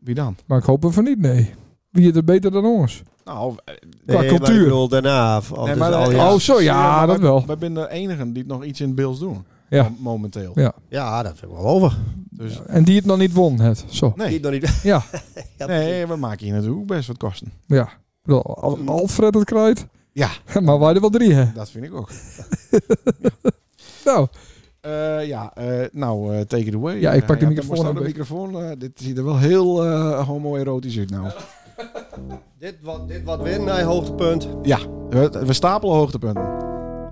[SPEAKER 3] Wie dan?
[SPEAKER 2] maar ik hoop van niet, nee. Wie het er beter dan ons?
[SPEAKER 3] Nou, eh,
[SPEAKER 1] Nee, maar
[SPEAKER 2] cultuur.
[SPEAKER 1] ik bedoel, daarna. Of, of
[SPEAKER 3] nee,
[SPEAKER 1] dus al,
[SPEAKER 3] eh,
[SPEAKER 1] ja.
[SPEAKER 2] Oh, zo, ja,
[SPEAKER 3] maar
[SPEAKER 2] dat
[SPEAKER 3] wij-
[SPEAKER 2] wel.
[SPEAKER 3] Wij zijn de enigen die het nog iets in Bills doen.
[SPEAKER 2] Oh. Ja.
[SPEAKER 3] Mom- Momenteel.
[SPEAKER 2] Ja.
[SPEAKER 1] ja, dat vind ik wel over.
[SPEAKER 3] Dus,
[SPEAKER 2] En die het nog niet won, het. Zo.
[SPEAKER 1] Die
[SPEAKER 3] nee.
[SPEAKER 1] nog niet.
[SPEAKER 2] Ja.
[SPEAKER 1] ja,
[SPEAKER 3] nee, we maken hier natuurlijk ook best wat kosten.
[SPEAKER 2] Ja. Ik bedoel, Al- Alfred het krijgt.
[SPEAKER 3] Ja.
[SPEAKER 2] Maar wij er wel drie, hè?
[SPEAKER 3] Dat vind ik ook.
[SPEAKER 2] Nou,
[SPEAKER 3] Eh, ja, eh, nou, eh, take it away.
[SPEAKER 2] Ja, ik pak de
[SPEAKER 3] Eh,
[SPEAKER 2] microfoon
[SPEAKER 3] dan moest
[SPEAKER 2] een
[SPEAKER 3] de
[SPEAKER 2] beetje.
[SPEAKER 3] microfoon. eh, dit ziet er wel heel eh, homoerotisch uit nou.
[SPEAKER 1] Dit wat, dit wat weer naar hoogtepunt.
[SPEAKER 3] Ja, we, we stapelen hoogtepunten.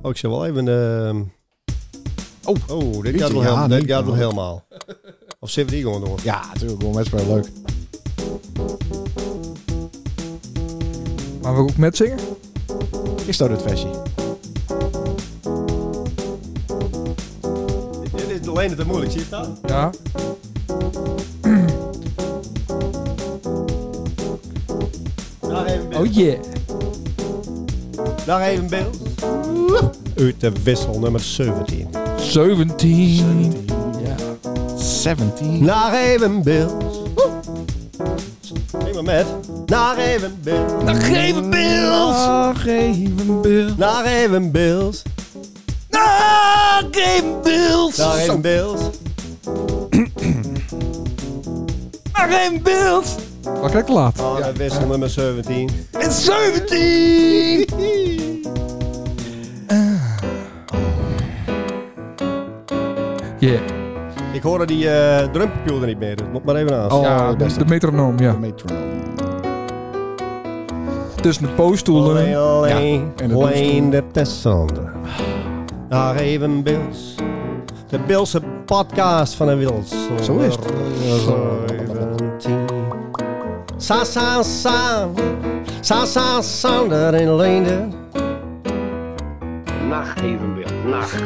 [SPEAKER 1] Oh, ik zal wel even... ehm,
[SPEAKER 3] Oh.
[SPEAKER 1] oh, dit
[SPEAKER 3] Jeetje,
[SPEAKER 1] gaat wel,
[SPEAKER 3] ja,
[SPEAKER 1] helemaal,
[SPEAKER 3] nee,
[SPEAKER 1] dit gaat wel
[SPEAKER 3] ja.
[SPEAKER 1] helemaal. Of zitten we die gewoon door?
[SPEAKER 3] Ja, natuurlijk, gewoon wedstrijd leuk.
[SPEAKER 2] maar we ook met zingen?
[SPEAKER 3] Is dat het versie?
[SPEAKER 1] Dit is alleen het moeilijk, zie je dat?
[SPEAKER 2] Ja.
[SPEAKER 1] Dag Nou, even beeld.
[SPEAKER 2] Oh yeah.
[SPEAKER 1] Dag even beeld. Uit de wissel nummer 17.
[SPEAKER 2] 17. Ja.
[SPEAKER 3] 17.
[SPEAKER 1] Naar even beeld. Prima met. Naar even beeld.
[SPEAKER 2] Dan geven beeld.
[SPEAKER 3] Dag even beeld.
[SPEAKER 1] Naar even beeld.
[SPEAKER 2] Dan geven beeld.
[SPEAKER 1] Naar even beeld.
[SPEAKER 2] Dan geven beeld. Wat krijg ik laat?
[SPEAKER 1] Aan de wissel nummer 17.
[SPEAKER 2] En 17. Yeah.
[SPEAKER 1] Ik hoorde die eh, drumcomputer niet meer, dus moet maar even aan.
[SPEAKER 3] Oh,
[SPEAKER 2] ja,
[SPEAKER 3] dat is
[SPEAKER 2] de, de metronoom, ja.
[SPEAKER 3] Metronoom.
[SPEAKER 2] Tussen de poosstoelen.
[SPEAKER 1] alleen,
[SPEAKER 3] en de
[SPEAKER 1] alleen de testander. Daar even Bils. De Bilse podcast van de Wils.
[SPEAKER 3] Zo is het.
[SPEAKER 1] 17. Sa, sa, sa. Sa, sa, sa. Daar in Leende.
[SPEAKER 4] Nacht evenbeeld. Nacht.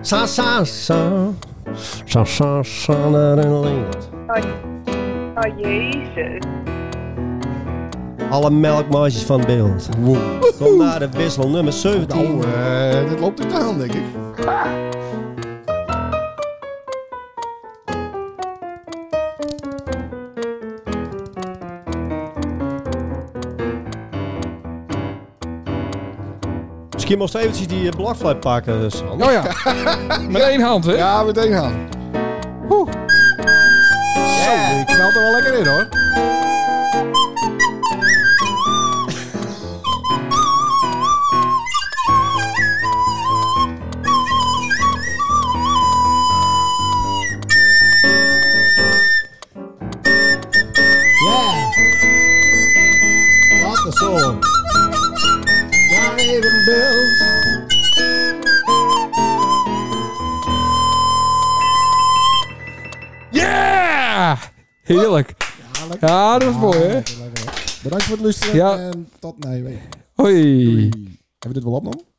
[SPEAKER 1] Sa, sa, sa. Sa, sa, sa. Daar in Leende.
[SPEAKER 6] Oh jezus.
[SPEAKER 1] Alle melkmaatjes van Beeld. Kom naar de wissel nummer 17.
[SPEAKER 3] Nou, eh, dit loopt uit de hand, denk ik.
[SPEAKER 1] Misschien moest eventjes die eh, blokfluit pakken, eh, Sander.
[SPEAKER 2] Oh ja. Met één hand, hè?
[SPEAKER 3] Ja, meteen gaan. Oeh. Zo, die knalt er wel lekker in, hoor.
[SPEAKER 1] Ja. Wat een song. Daar even beeld.
[SPEAKER 2] Yeah! Heerlijk. Ja, dat was mooi, hè?
[SPEAKER 3] Bedankt voor het luisteren
[SPEAKER 2] Ja.
[SPEAKER 3] en tot nee, week.
[SPEAKER 2] Hoi.
[SPEAKER 3] Hebben we dit wel opgenomen?